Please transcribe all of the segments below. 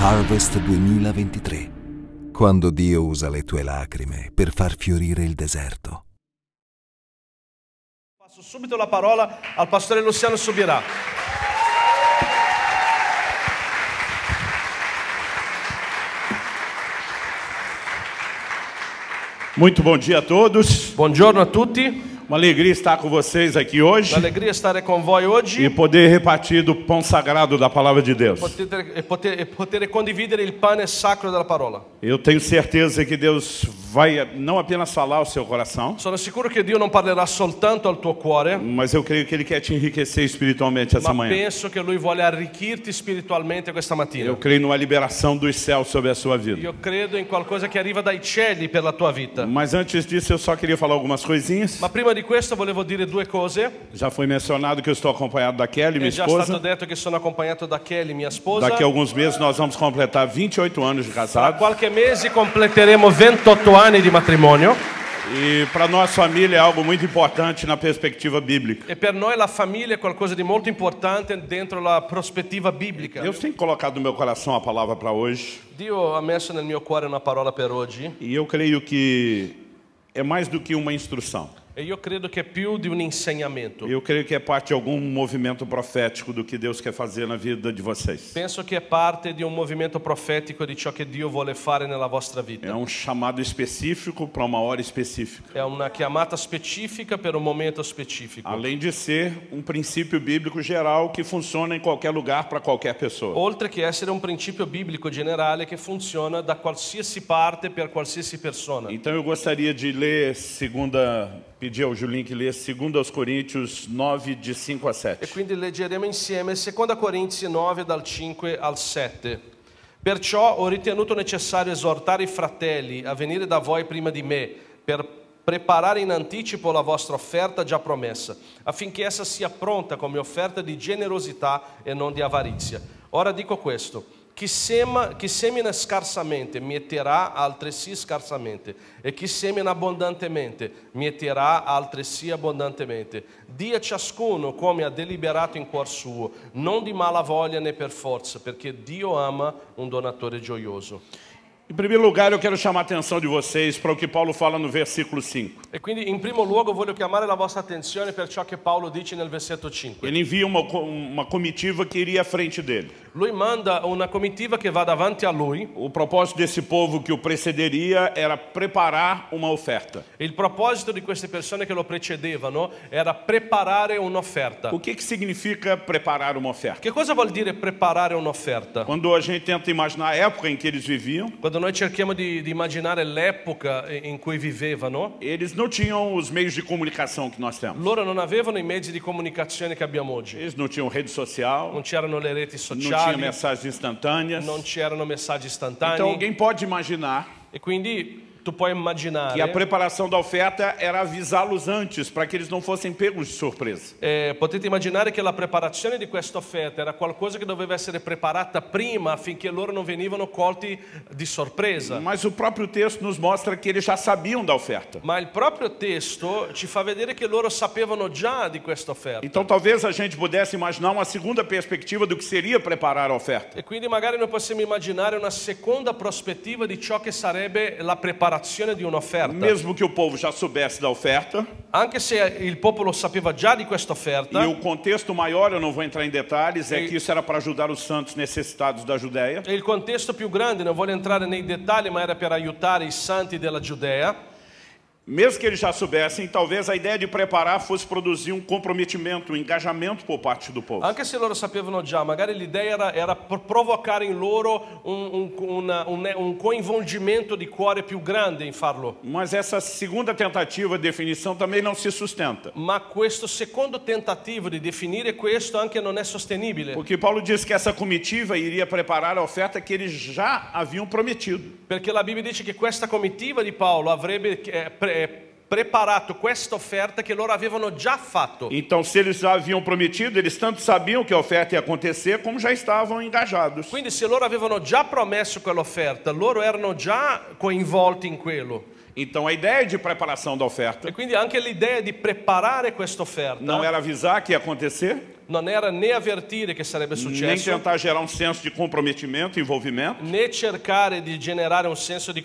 Harvest 2023. Quando Dio usa le tue lacrime per far fiorire il deserto. Passo subito la parola al pastore Luciano Subirà. Muito bom dia a todos. Buongiorno a tutti, Uma alegria estar com vocês aqui hoje l'allegria stare con voi oggi e e poder repartir do pão sagrado da palavra de Deus. poter- e poter- e poter condividere il pane sacro della parola. Eu tenho certeza que Deus vai não apenas falar ao seu coração, Sono sicuro che Dio non parlerà soltanto al tuo cuore, mas eu creio que Ele quer te enriquecer espiritualmente essa ma manhã. penso che Lui voglia arricchirti spiritualmente questa mattina. Eu creio numa liberação dos céus sobre a sua vida. Io credo in qualcosa che arriva dai cieli per la tua vita. Mas antes disso, eu só queria falar algumas coisinhas. Ma prima di questo volevo dire due cose. Já foi mencionado que eu estou acompanhado da Kelly, minha È già stato esposa. detto che sono accompagnato da Kelly, mia sposa. Daqui a alguns meses nós vamos completar 28 anos de Tra casado. qualche mese completeremo 28 anni di matrimonio E para nossa família é algo muito importante na perspectiva bíblica. e per noi la famiglia è qualcosa di molto importante dentro la prospettiva biblica. Deus tem colocado no meu coração a palavra para hoje Dio ha messo nel mio cuore una parola per oggi e eu creio que é mais do que uma instrução. e io credo che è più di un insegnamento. Eu creio que é parte de algum movimento profético do que Deus quer fazer na vida de vocês. Penso che è parte di un movimento profetico di ciò che Dio vuole fare nella vostra É vita. um chamado específico para uma hora específica. È una chiamata specifica per un momento specifico. Além de ser um princípio bíblico geral que funciona em qualquer lugar para qualquer pessoa. Oltre che essere un principio biblico generale che funziona da qualsiasi parte per qualsiasi persona. Então eu gostaria de ler segunda, pedir ao Julinho que lê 2 aos Coríntios 9 de 5 a 7. E quindi leggeremo insieme 2 Corinzi 9 dal 5 al 7. Perciò ho ritenuto necessario esortare i fratelli a venire da voi prima di me per preparare in anticipo la vostra offerta già promessa, affinché essa sia pronta come offerta di generosità e non di avarizia. Ora dico questo. Chi, sema- chi semina scarsamente mieterà altresì scarsamente e chi semina abbondantemente mieterà altresì abbondantemente. Dia ciascuno come ha deliberato in cuor suo, non di mala voglia né per forza, perché Dio ama un donatore gioioso. Em primeiro lugar, eu quero chamar a atenção de vocês para o que Paulo fala no versículo 5. E quindi in primo luogo voglio chiamare la vostra attenzione per ciò che Paolo dice nel versetto 5. Ele envia uma, co- uma comitiva que iria à frente dele. Lui manda una comitiva che va davanti a lui. O propósito desse povo que o precederia era preparar uma oferta. e Il proposito di queste persone che lo precedevano era preparare un'offerta. O que, que significa preparar uma oferta? Che cosa vuol dire preparare un'offerta? Quando a gente tenta imaginar a época em que eles viviam, Quando noi cerchiamo di, di immaginare l'epoca eh, in cui vivevano, eles não tinham os meios de comunicação que nós temos. loro non avevano i mezzi di comunicazione che abbiamo oggi. Eles não tinham rede social, Non c'erano le reti não tinham sociali, mensagens instantâneas. non c'erano messaggi Então istantanei. alguém pode imaginar E quindi tu puoi que a immaginare, preparação da oferta era avisá-los antes, para que eles não fossem pegos de surpresa. eh, potete immaginare che la preparazione di questa offerta era qualcosa che doveva essere preparata prima affinché loro non venivano colti di sorpresa. Mas o próprio texto nos mostra que eles já sabiam da oferta. Ma il proprio testo ci fa vedere che loro sapevano già di questa offerta. Então talvez a gente pudesse imaginar uma segunda perspectiva do que seria preparar a oferta. E quindi magari noi possiamo immaginare una seconda prospettiva di ciò che sarebbe la preparazione di un'offerta. Mesmo que o povo já soubesse da oferta, Anche se il popolo sapeva già di questa e offerta, o contexto maior, eu não vou entrar em detalhes, é que isso era para ajudar os santos necessitados da Judéia. e il contesto più grande, non voglio entrare nei dettagli, ma era per aiutare i santi della Giudea, Mesmo que eles já soubessem, talvez a ideia de preparar fosse produzir um comprometimento, um engajamento por parte do povo. anche se loro sapevano già, magari l'idea era, era pro- provocare in loro un, un- una- un- un coinvolgimento di cuore più grande in farlo. Mas essa segunda tentativa, definição, também não se sustenta. Ma questo secondo tentativo di definire questo anche non è sostenibile. Porque Paulo diz que essa comitiva iria preparar a oferta que eles já haviam prometido. Perché la Bibbia dice che questa comitiva di Paolo avrebbe eh, pre- eh, preparato questa offerta che loro avevano già fatto. Então, se eles já haviam prometido, eles tanto sabiam que a oferta ia acontecer, como já estavam engajados. Quindi se loro avevano già promesso quell'offerta, loro erano già coinvolti in quello. Então a ideia de preparação da E oferta quindi anche l'idea di preparare questa offerta não era avisar que ia acontecer, non era né avvertire che sarebbe nem successo, tentar gerar um senso de comprometimento, envolvimento. né cercare di generare un senso di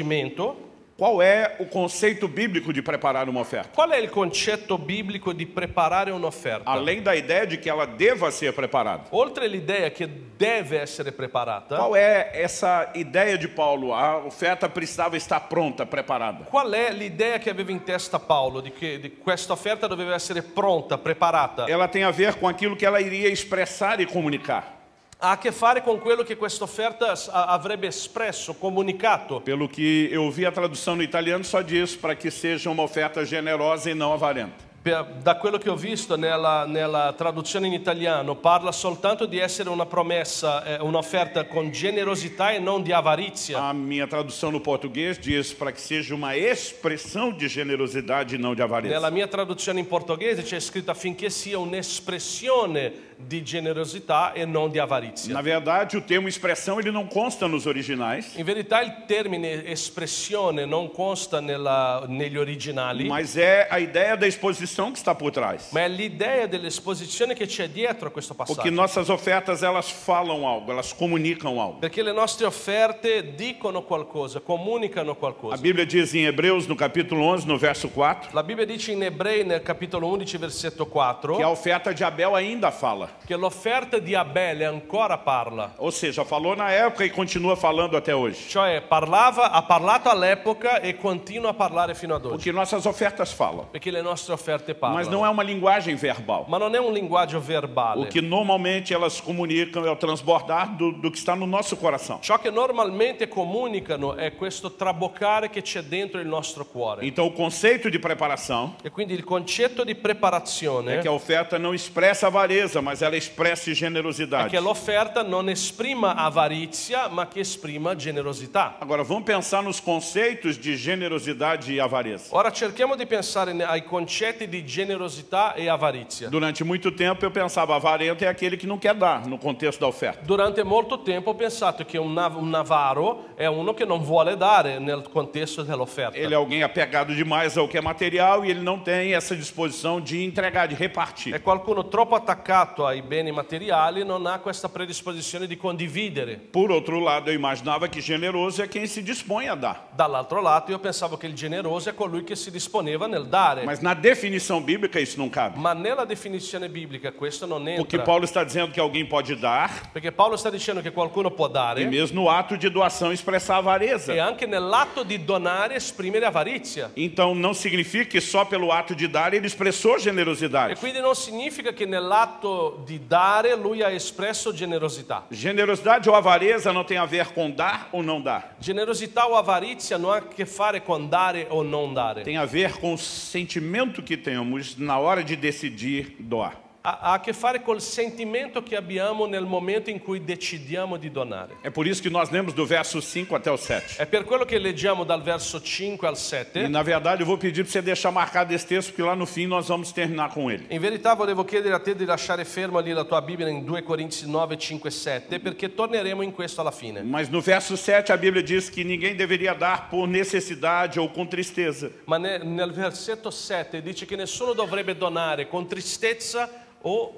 coinvolgimento. Qual é o conceito bíblico de preparar uma oferta? Qual è il concetto biblico di preparare un'offerta? Além da ideia de que ela deva ser preparada. Oltre l'idea che deve essere preparata, Qual é essa ideia de Paulo? A oferta precisava estar pronta, preparada. qual è l'idea che aveva in testa Paolo di che di questa offerta doveva essere pronta, preparata? Ela tem a ver com aquilo que ela iria expressar e comunicar. Ha a che fare con quello che questa offerta s- a- avrebbe espresso, comunicato. Pelo que eu vi, a tradução no italiano só diz para que seja uma oferta generosa e não avarenta. Per- Da quello che ho visto nella, nella traduzione in italiano, parla soltanto di essere una promessa, eh, un'offerta con generosità e non di avarizia. A minha tradução no português diz para que seja uma expressão de generosidade e não de Nella avareza. mia traduzione in portoghese c'è scritto affinché sia un'espressione di generosità e non di avarizia. Na verdade, o termo expressão ele não consta nos originais, In verità il termine espressione non consta nella- negli originali, mas é a ideia da exposição que está por trás. ma è l'idea dell'esposizione che c'è dietro a questo Porque passaggio. nossas ofertas elas falam algo, elas comunicam algo. Perché le nostre offerte dicono qualcosa, comunicano A qualcosa. Bíblia diz em Hebreus, no capítulo 11, no verso 4, La Bibbia dice in Ebrei nel capitolo 11 versetto que a 4 oferta de Abel ainda fala. che l'offerta di Abele ancora parla, Ou seja, falou na época e continua falando até hoje. cioè parlava, ha parlato all'epoca e continua a parlare fino ad oggi. Porque nossas ofertas falam, Perché le nostre offerte mas parlano. não é uma linguagem verbal. Ma non è un linguaggio verbale. O que normalmente elas comunicam é o transbordar do, do que está no nosso coração. Ciò che normalmente comunicano è questo traboccare che c'è dentro il nostro cuore. Então, o conceito de preparação E quindi il concetto di é preparazione que a oferta não expressa avareza, mas ela expressa è generosidade. che l'offerta non esprima avarizia, ma che esprima generosità. Agora, vamos pensar nos conceitos de generosidade e avareza. Ora cerchiamo di pensare ne- ai concetti di generosità e avarizia. Durante muito tempo eu pensava, avarento é aquele que não quer dar no contexto da oferta. Durante molto tempo ho pensato che un, nav- un avaro è uno che non vuole dare nel contesto dell'offerta. Ele é alguém apegado demais ao que é material e ele não tem essa disposição de entregar, de È repartir. qualcuno troppo attaccato ai beni materiali, non ha questa predisposizione di condividere. Por outro lado, eu imaginava que generoso é quem se dispõe a dar. Dall'altro lato io pensavo che il generoso è colui che si disponeva nel dare, Mas na definição bíblica isso não cabe. ma nella definizione biblica questo non Porque entra, Paulo está dizendo que alguém pode dar perché Paolo sta dicendo che qualcuno può e dare mesmo no ato de doação expressar e avareza. anche nell'atto di donare esprimere avarizia. Então não significa que só pelo ato de dar ele expressou E generosidade. quindi non significa che nell'atto di dare lui ha espresso generosità. Generosidade ou avareza não tem a ver com dar ou não dar. Generosità o avarizia non ha a che fare con dare o non dare, tem a ver com o sentimento que temos na hora de decidir doar. ha, ha a che fare col sentimento che abbiamo nel momento in cui decidiamo di donare. É por isso que nós lemos do verso 5 até o 7. È per quello che leggiamo dal verso 5 al 7. E na verdade eu vou pedir para você deixar marcado esse texto, porque lá no fim nós vamos terminar com ele. In verità volevo chiedere a te di lasciare ferma lì la tua Bibbia in 2 Corinzi 9, 5 e 7 perché torneremo in questo alla fine. Mas no verso 7 a Bíblia diz que ninguém deveria dar por necessidade ou com tristeza, Ma ne- nel versetto 7 dice che nessuno dovrebbe donare con tristezza o,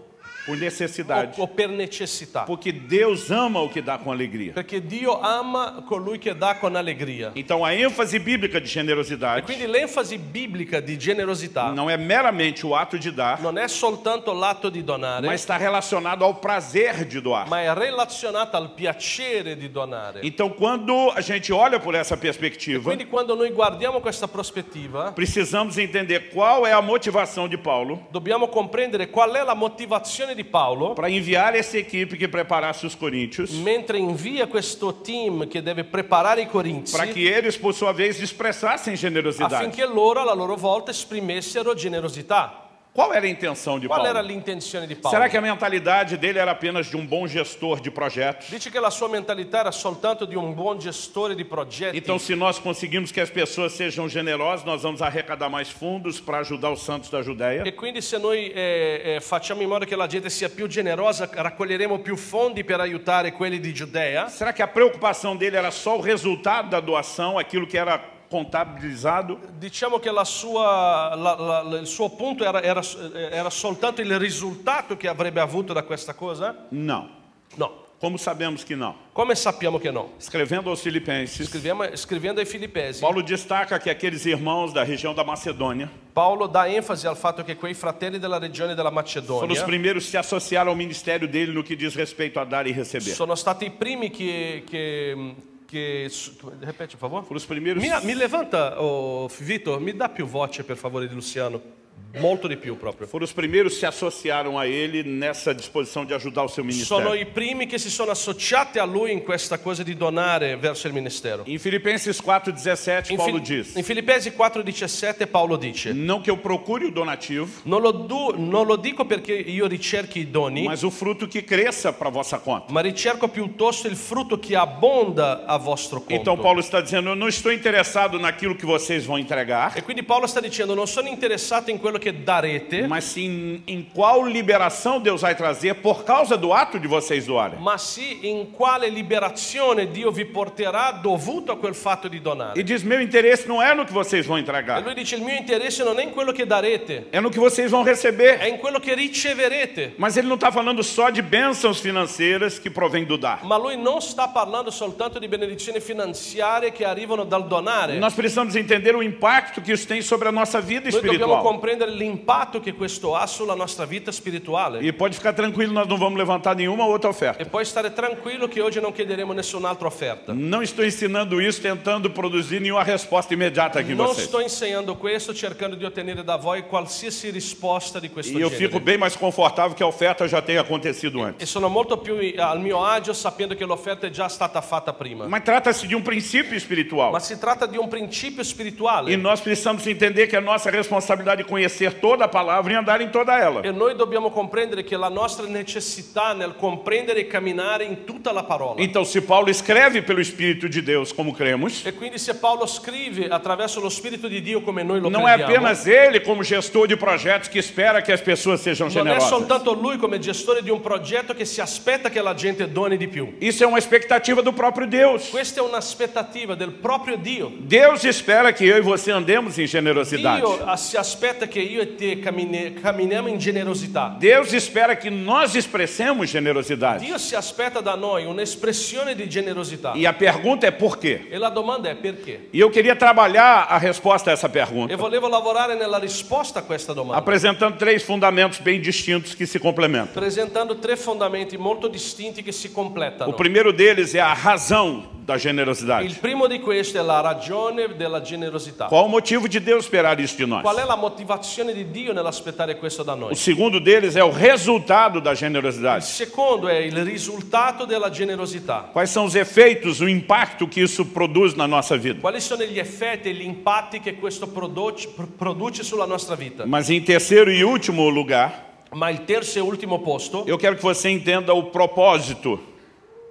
o- por necessidade. o per necessità. Porque Deus ama o que dá com alegria. Perché Dio ama colui che dà con allegria. Então a ênfase bíblica de E generosidade quindi l'enfasi biblica di generosità não é meramente o ato de dar, non è soltanto l'atto di donare, mas está relacionado ao prazer de doar. ma è relazionata al piacere di donare. Então, quando a gente olha por essa perspectiva, Quindi quando noi guardiamo questa prospettiva, precisamos entender qual é a motivação de Paulo dobbiamo comprendere qual è la motivazione di Paolo para enviar essa equipe que preparasse os coríntios, mentre invia questo team che deve preparare i para corinzi que eles, por sua vez, expressassem generosidade. affinché loro alla loro volta esprimessero generosità. Qual era a intenção de Qual era Paulo? l'intenzione di Paolo? Será que a mentalidade dele era apenas de um bom gestor de projetos? Dice che la sua mentalità era soltanto di un buon gestore di progetti. Então, se nós conseguimos que as pessoas sejam generosas, nós vamos arrecadar mais fundos para ajudar os santos da Judéia. E quindi se noi eh, eh, facciamo in modo che la gente sia più generosa, raccoglieremo più fondi per aiutare quelli di Giudea. Será que a preocupação dele era só o resultado da doação, aquilo que era contabilizado? Diciamo che la sua- la- la- la- il suo punto era, era- era soltanto il risultato che avrebbe avuto da questa cosa? Não. No. Como sabemos que não? Come sappiamo che no? Escrevendo aos Filipenses, Scriviamo- scrivendo ai Filippesi, Paulo destaca que aqueles irmãos da região da Macedônia Paolo dà enfasi al fatto che quei fratelli della regione della foram os Macedonia primeiros que se associaram ao ministério dele no que diz respeito a dar e receber. sono stati i primi che... che, che ripeti, per favore. Foram os primeiros. Mi, mi levanta, oh, Vito, mi dà più voce per favore di Luciano, molto di più proprio. Foram os primeiros que se associaram a ele nessa disposição de ajudar o seu Sono ministério. i primi che si sono associati a lui in questa cosa di donare verso il ministero. Em Filipenses 4,17, In, Paulo Fil- diz: in Filippesi 4,17 Paolo dice: Não que eu procure o donativo, non lo, du- non lo dico perché io ricerchi i doni, mas o fruto que cresça para vossa conta. ma ricerco piuttosto il frutto che abbonda a vostro conto. Então Paulo está dizendo: Eu não estou interessado naquilo que vocês vão entregar, E quindi Paolo sta dicendo: Non sono interessato in quello che darete, mas sim em qual liberação Deus vai trazer por causa do ato de vocês doarem. ma sì in quale liberazione Dio vi porterà dovuto a quel fatto di donare. E diz: Meu interesse não é no que vocês vão E entregar, lui dice: Il mio interesse non è in quello che darete, é no que vocês vão receber. è in quello che riceverete. Mas ele não está falando só de bênçãos financeiras que provém do dar. Ma lui non sta parlando soltanto di benedizioni finanziarie che arrivano dal donare. Nós precisamos entender o impacto que isso tem sobre a nossa vida Noi dobbiamo espiritual. comprendere l'impatto che questo ha sulla nostra vita spirituale. E pode ficar tranquilo, nós não vamos levantar nenhuma outra oferta. E poi stare tranquillo che oggi non chiederemo nessun'altra offerta. Não estou ensinando isso tentando produzir nenhuma resposta imediata aqui em Non vocês. sto insegnando questo cercando di ottenere da voi qualsiasi risposta di questo E eu genere. fico bem mais confortável que a oferta já tenha acontecido E antes. sono molto più eh, al mio agio sapendo che l'offerta è già stata fatta prima. Mas trata-se de um princípio Ma espiritual. si tratta di un principio E spirituale nós precisamos entender que a nossa responsabilidade é conhecer toda a palavra e andar em toda ela. e noi dobbiamo comprendere che la nostra necessità nel comprendere e camminare in tutta la parola. Então, se Paulo escreve pelo Espírito de Deus, como cremos, E quindi se Paolo scrive attraverso lo Spirito di Dio come noi lo não é crediamo, apenas ele, como gestor de projetos, que espera que as pessoas sejam non è generosas. soltanto lui come gestore di un progetto che si aspetta che la gente doni di più. Isso é uma expectativa do próprio Deus. Questa è un'aspettativa del proprio Dio. Deus espera que eu e você andemos em generosidade. Dio ah, si aspetta che io e te cammine- camminiamo in generosità. Deus espera que nós expressemos generosidade. Dio si aspetta da noi un'espressione di generosità. E a pergunta é por quê? E la domanda è perché? E eu queria trabalhar a resposta a essa E pergunta, volevo lavorare nella risposta a questa domanda, apresentando três fundamentos bem distintos que se complementam. presentando tre fondamenti molto distinti che si O completano. primeiro deles é a razão da Il generosidade. primo di questi è la ragione della generosità. Qual o motivo de Deus esperar isso de nós? Qual é è la motivazione di Dio nell'aspettare questo da O noi? segundo deles é o resultado da Il generosidade. secondo è il risultato della generosità. Quais são os efeitos, o impacto que isso produz na nossa vida? Quali sono gli effetti e gli impatti che questo produce, pr- produce sulla nostra vita? Mas em terceiro e último lugar, Ma il terzo e ultimo posto, eu quero que você entenda o propósito,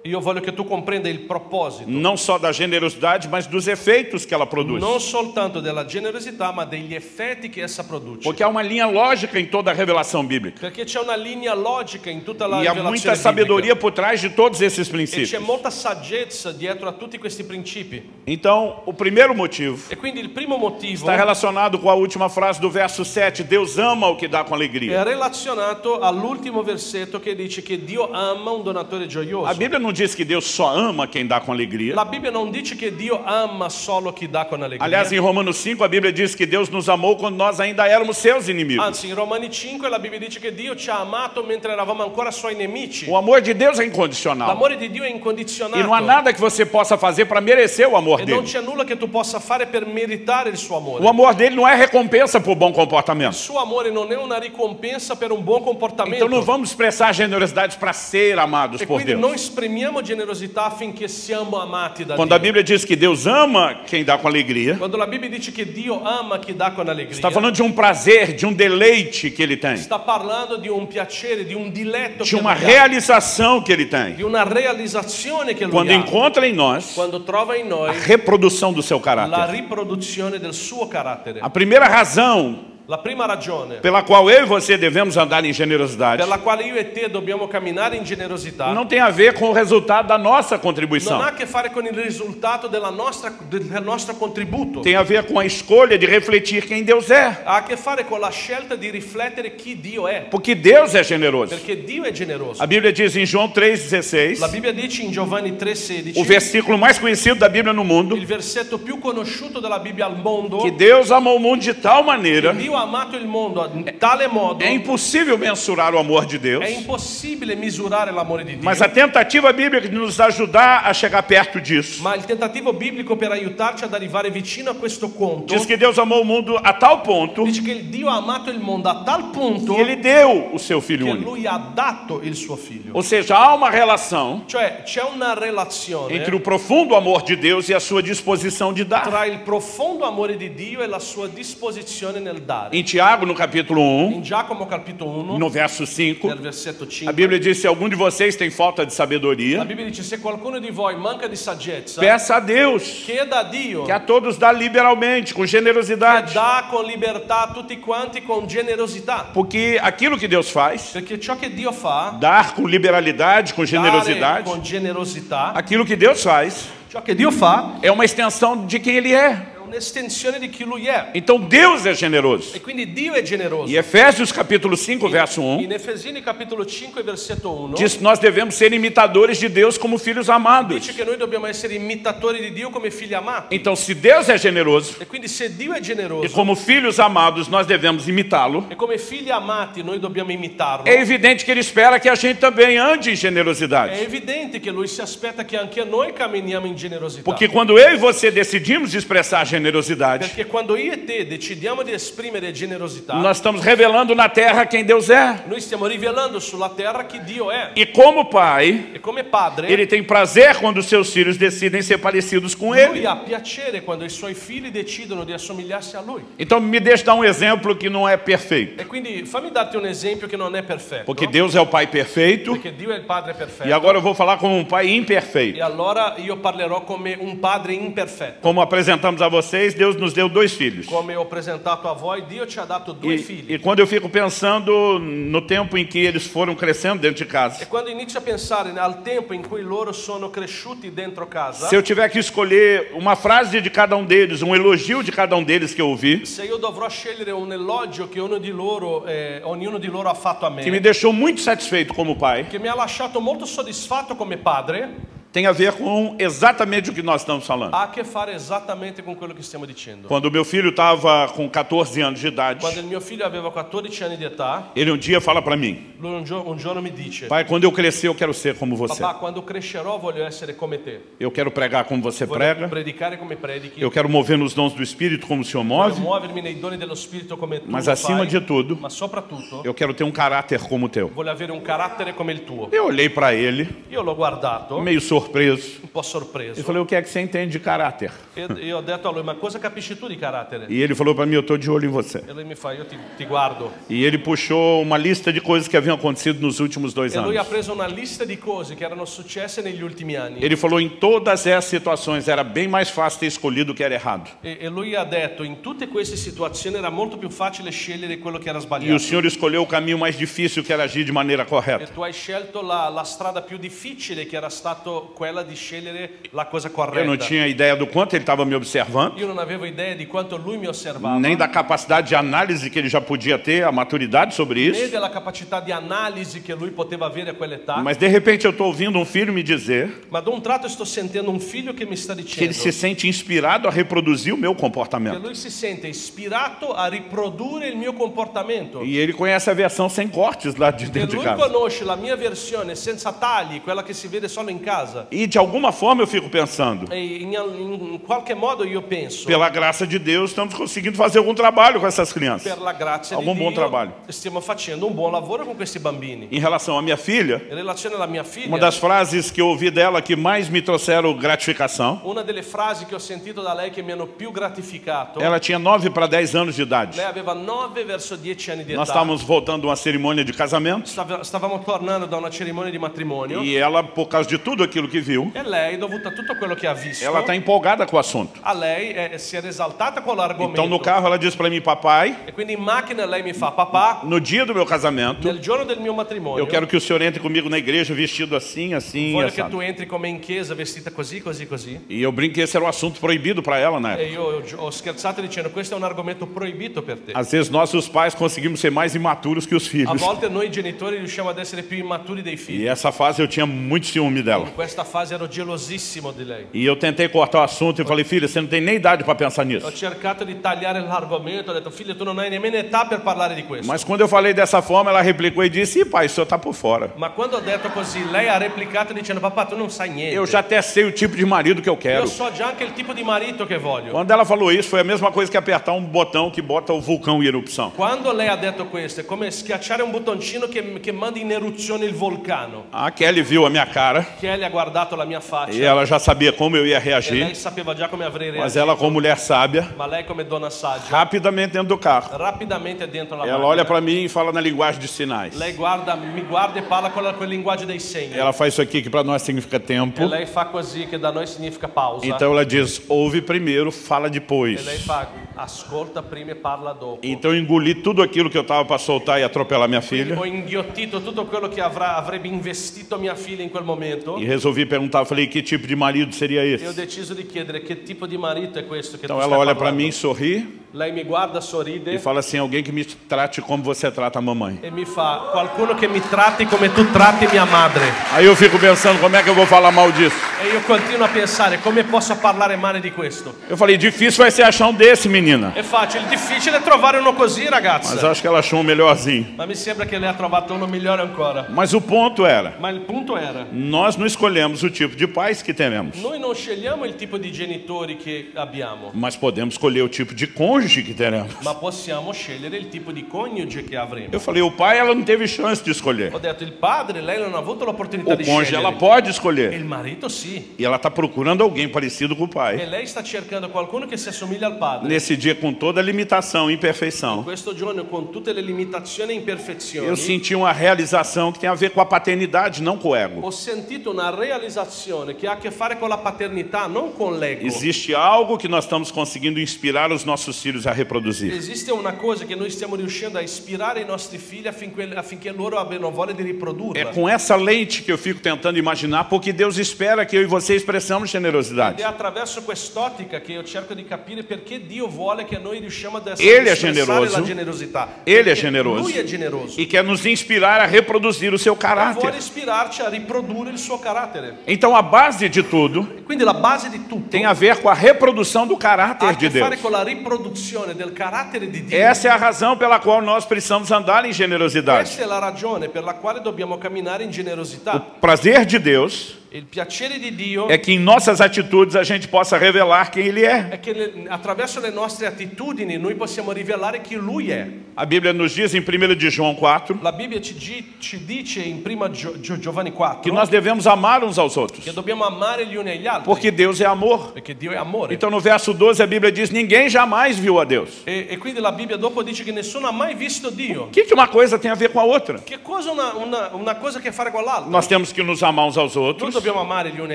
io voglio che tu comprenda il proposito, não só da generosidade, mas dos efeitos que ela produz. non soltanto della generosità, ma degli effetti che essa produce. Porque há uma linha lógica em toda a revelação bíblica. Perché c'è una linea logica in tutta la E há muita rivelazione sabedoria biblica. por trás de todos esses E c'è princípios. molta saggezza dietro a tutti questi principi. Então, o primeiro motivo E quindi il primo motivo está è relacionado com a última frase do verso 7. Deus ama o que dá com alegria. relazionato all'ultimo versetto che dice che Dio ama un donatore A gioioso. Bíblia não diz que Deus só ama quem dá com alegria. La Bibbia non dice che Dio ama solo chi dà con Aliás, em allegria. Romanos 5, a Bíblia diz que Deus nos amou quando nós ainda éramos seus inimigos. Anzi, in Romani 5 la Bibbia dice che Dio ci ha amato mentre eravamo ancora suoi nemici. O amor de Deus é incondicional. L'amore di Dio è E não há incondizionato. nada que você possa fazer para merecer o amor E non dele. c'è nulla che tu possa fare per meritare il suo amore. O amor dele não é recompensa por bom comportamento. suo amore non è una ricompensa per un buon comportamento. Então não vamos expressar generosidade para ser amados e por quindi noi Deus. esprimiamo generosità affinché siamo amati da Quando a Dio. Bíblia diz que Deus ama quem dá com alegria, Quando la Bibbia dice che Dio ama chi dà con allegria, está falando de um prazer, de um deleite que ele tem, sta parlando di un piacere, di un diletto, de che uma lui ha, realização que ele di tem. una realizzazione che lui Quando ha. encontra em nós Quando trova in a noi reprodução do seu la caráter. Ah. riproduzione del suo carattere. A primeira razão La prima ragione pela qual eu e você devemos andar em generosidade per la quale io e te dobbiamo camminare in generosità não tem a ver com o resultado da nossa non contribuição. ha a che fare con il risultato della nostra- del nostro contributo, Tem a ver com a escolha de refletir quem Deus é. ha a che fare con la scelta di riflettere chi Dio è, Porque Deus é generoso. perché Dio è generoso. A Bíblia diz em João La 3,16, Bibbia dice in Giovanni o 3,16, versículo mais conhecido da Bíblia no mundo, il versetto più conosciuto della Bibbia al mondo, que Deus amou o mundo de tal maneira, Dio ha amato il mondo in tale modo, é impossível mensurar o amor de Deus, è impossibile misurare l'amore di Dio. mas a tentativa bíblica de nos ajudar a chegar perto disso, Ma il tentativo biblico per aiutarci ad arrivare vicino a questo conto diz que Deus amou o mundo a tal ponto dice che il Dio ha amato il mondo a tal punto que Ele deu o seu Filho che único. lui ha dato il suo figlio. Ou seja, há uma relação Cioè c'è una relazione entre o profundo amor de Deus e a sua disposição de dar. tra il profondo amore di Dio e la sua disposizione nel dare. Em Tiago, no capítulo 1, In Giacomo capitolo 1, no verso 5, nel versetto a 5, Bíblia diz: se algum de vocês tem falta de la sabedoria, Bibbia dice se qualcuno di voi manca di saggezza, peça a Deus, chieda a Dio que a todos dá liberalmente, com che generosidade. dà con libertà a tutti quanti con generosità. Porque aquilo que Deus faz, Perché ciò che Dio fa, dar com liberalidade, com dare generosidade, con generosità, aquilo que Deus faz ciò che Dio fa é uma extensão de quem Ele é. è un'estensione di chi lui è. Então Deus é generoso. E quindi Dio è generoso. E Efésios capítulo 5, verso 1, In Efesini capitolo 5 versetto 1 diz que nós devemos ser imitadores de Deus como filhos amados. dice che noi dobbiamo essere imitatori di Dio come figli amati. Então, se Deus é generoso E quindi se Dio è e generoso como filhos amados nós devemos imitá-lo, e come figli amati noi dobbiamo imitarlo, é è evidente que ele espera que a gente também ande em generosidade. evidente che lui si aspetta che anche noi camminiamo in generosità. Porque quando eu e você decidimos expressar generosidade, Perché quando io e te decidiamo di esprimere generosità, nós estamos revelando na terra quem Deus é. noi stiamo rivelando sulla terra chi Dio è. E como pai, E come padre, ele tem prazer quando seus filhos decidem ser parecidos com lui ele. ha piacere quando i suoi figli decidono di assomigliarsi a lui. Então me deixa dar um exemplo que não é perfeito. E quindi fammi darti un esempio che non è perfetto, Porque Deus é o pai perfeito perché Dio è il padre e perfetto. agora eu vou falar como um pai imperfeito. E allora io parlerò come un padre imperfetto. Como apresentamos a vocês, Deus nos deu dois filhos. Come ho presentato a voi, Dio ci ha dato due E, figli. e quando eu fico pensando no tempo em que eles foram crescendo dentro de E casa, quando inizio a pensare al tempo in cui loro sono cresciuti dentro casa, se eu tiver que escolher uma frase de cada um deles, um elogio de cada um deles que eu ouvi, se io dovrò scegliere un elogio che uno di loro, eh, ognuno di loro ha fatto a me, que me deixou muito satisfeito como pai, che mi ha lasciato molto soddisfatto come padre, tem a ver com exatamente o que nós estamos falando. ha a che fare esattamente con quello che stiamo dicendo. Quando meu filho estava com 14 anos de idade, Quando il mio figlio aveva 14 anni di età, ele um dia fala para mim: lui un, gio- un giorno mi dice, Pai, quando eu crescer, eu quero ser como você. papà, quando crescerò voglio essere come te. Eu quero pregar como você Voglio prega. predicare come predichi. Eu quero mover nos dons do Espírito como o Senhor Voglio move. muovermi nei doni dello spirito come tu Mas lo acima fai, de tudo, ma soprattutto Eu quero ter um caráter como o teu. voglio avere un carattere come il tuo. Eu olhei para ele, Io l'ho guardato, meio surpreso. un po' Eu sorpreso, falei: O que é que você entende de caráter? e io ho detto a lui, ma cosa capisci tu di carattere? E ele falou para mim: Eu estou de olho em você. E lui mi fa, io ti, ti guardo. E ele puxou uma lista de coisas que haviam acontecido nos últimos dois E lui ha anos. preso una lista di cose che erano successe negli ultimi anni. Ele falou: Em todas essas situações era bem mais fácil ter escolhido o que era errado. E, e lui ha detto, in tutte queste situazioni era molto più facile scegliere quello che era E o sbagliato. senhor escolheu o caminho mais difícil, que era agir de maneira correta. E tu hai scelto la, la strada più difficile che era stato quella di scegliere la cosa Eu não corretta. tinha ideia do quanto ele estava me observando, Io non avevo idea di quanto lui mi osservava. nem da capacidade de análise que ele já podia ter, a maturidade sobre né isso. della capacità di analisi che lui poteva avere a quell'età, Mas de repente eu estou ouvindo um filho me dizer ma da un tratto sto sentendo un figlio che mi sta que ele dicendo se sente inspirado a reproduzir o meu che comportamento. lui si sente ispirato a riprodurre il mio comportamento. E ele conhece a versão sem cortes lá de E dentro de lui casa. conosce la mia versione senza tagli, quella che si vede solo in casa. E de alguma forma eu fico pensando, E in, in qualche modo io penso, pela graça de Deus, estamos conseguindo fazer algum trabalho com essas crianças. per la grazia Algum di buon trabalho. Dio, stiamo facendo un buon lavoro con questi bambini. Em relação à minha filha, In relazione alla mia figlia, Uma das frases que eu ouvi dela que mais me trouxeram gratificação, una delle frasi che ho sentito da lei che mi hanno più gratificato, ela tinha 9 para 10 anos de idade. lei aveva 9 verso 10 anni di Nós età. estávamos voltando a uma cerimônia de casamento Stava- Stavamo tornando da una cerimonia di matrimonio e ela, por causa de tudo aquilo aquilo que viu, E lei, dovuta a tutto quello che ha visto, ela está empolgada com o assunto. a lei eh, si era esaltata con l'argomento. Então no carro ela diz para mim, papai, E quindi in macchina lei mi fa, papà, no dia do meu casamento, nel giorno del mio matrimonio, eu quero que o senhor entre comigo na igreja vestido assim, assim, voglio che assado. tu entri come in chiesa vestita così, così, così. E eu brinquei, esse era um assunto proibido para ela na época. E io ho- ho scherzato dicendo, questo è un argomento proibito per te. Às vezes nós, os pais, conseguimos ser mais imaturos que os A filhos. volte noi genitori riusciamo ad essere più immaturi dei figli. E essa fase eu tinha muito ciúme dela. In questa fase ero gelosissimo di lei. E eu tentei cortar o assunto e falei, filha, você não tem nem idade para pensar Ho nisso. cercato di tagliare l'argomento, ho detto figlio tu non hai nemmeno età per parlare di questo. Mas quando eu falei dessa forma, ela replicou e disse, Ih, pai, o senhor está por fora. Ma quando ho detto così lei ha replicato dicendo papà tu non sai niente. Eu já até sei o tipo de marido que eu Io quero. so già anche il tipo di marito che voglio. Quando ela falou isso, foi a mesma coisa que apertar um botão que bota o vulcão em erupção. Quando lei ha detto questo è come schiacciare un bottoncino che, che manda in eruzione il vulcano. A Kelly viu a minha cara Kelly ha guardato la mia e faccia ela já sabia como eu ia e lei reagir. sapeva già come avrei Mas reagito. ela, como mulher sábia, Ma lei come donna saggia rapidamente dentro do carro. rapidamente è dentro la Ela macchina. olha para mim e fala na linguagem de sinais. Lei guarda, mi guarda e parla con la- quel linguaggio dei segni. Ela faz isso aqui que para nós significa tempo. E lei fa così che da noi significa pausa. Então ela diz: ouve primeiro, fala E lei depois. fa, ascolta prima e parla dopo. Então eu engoli tudo aquilo que eu tava para soltar e atropelar minha filha. Ho inghiottito tutto quello che avrà- avrebbe investito mia figlia in quel momento. E resolvi perguntar, falei, que tipo de marido seria E ho esse? deciso di chiedere che tipo di marito è questo che Então tu ela stai olha para parlando. mim, sorri Lei mi guarda, e sorride fala assim: alguém que me trate como você trata a mamãe. e mi fa qualcuno che mi tratti come tu tratti mia madre. Aí eu fico pensando, como é que eu vou falar mal disso? E io continuo a pensare come posso parlare male di questo. Eu falei, difícil vai ser achar um desse, menina. È facile, difficile trovare uno così, Mas ragazza. acho que ela achou um melhorzinho. Ma mi sembra che lei ha trovato uno migliore ancora. Mas o ponto era, Ma il punto era nós não escolhemos o tipo de pais que teremos, Noi non scegliamo il tipo di genitori che abbiamo, mas podemos escolher o tipo de cônjuge que teremos. ma possiamo scegliere il tipo di coniuge che avremo. Eu falei, o pai ela não teve chance de escolher. Ho detto il padre, lei non ha avuto l'opportunità O di cônjuge ela scegliere. pode E escolher. il marito sì. E ela está procurando alguém parecido com o E pai. lei sta cercando qualcuno che si assomiglia al padre. Nesse dia, com toda a limitação e imperfeição, Questo giorno con tutte le limitazioni e imperfezioni eu senti uma realização que tem a ver com a paternidade, não com o ego. ho sentito una realizzazione che ha a che fare con la paternità, non con l'ego. Existe algo que nós estamos conseguindo inspirar os nossos filhos a reproduzir. Esiste una cosa che noi stiamo riuscendo a ispirare i nostri figli affinché, affinché loro abbiano voglia di É riprodurla. com essa lente que eu fico tentando imaginar, porque Deus espera que eu e você expressamos Ed è generosidade. attraverso quest'ottica che io cerco di capire perché Dio vuole che noi riusciamo ad Egli è essere espressare generoso. la generosità. Egli è Perché generoso. Lui è generoso. E quer nos inspirar a reproduzir o seu E vuole caráter. ispirarci a riprodurre il suo carattere. Então, a base de tudo Quindi la base di tutto tem a ver com a reprodução do ha a caráter de che Deus. fare con la riproduzione del carattere di Dio. Essa é a razão pela qual nós precisamos andar em generosidade. Questa è la ragione per la quale dobbiamo camminare in O generosità. prazer de Deus Il piacere di Dio é que em nossas atitudes a gente possa revelar quem Ele é. è che le- attraverso le nostre attitudini noi possiamo rivelare chi Lui è. A Bíblia nos diz em 1 de João 4 La Bibbia ci, gi- ci dice in prima Gio- Gio- Giovanni que 4 nós devemos amar uns aos outros, che dobbiamo amare gli uni agli altri. porque Deus é amor. Perché Dio è amore. Então no verso 12 a Bíblia diz: Ninguém jamais viu a Deus. E, e quindi la Bibbia dopo dice che nessuno ha mai visto Dio. O que, que uma coisa tem a ver com a outra? Che cosa una, una- una cosa che fare con l'altra? Nós temos que nos amar uns aos Noi outros, dobbiamo amare gli uni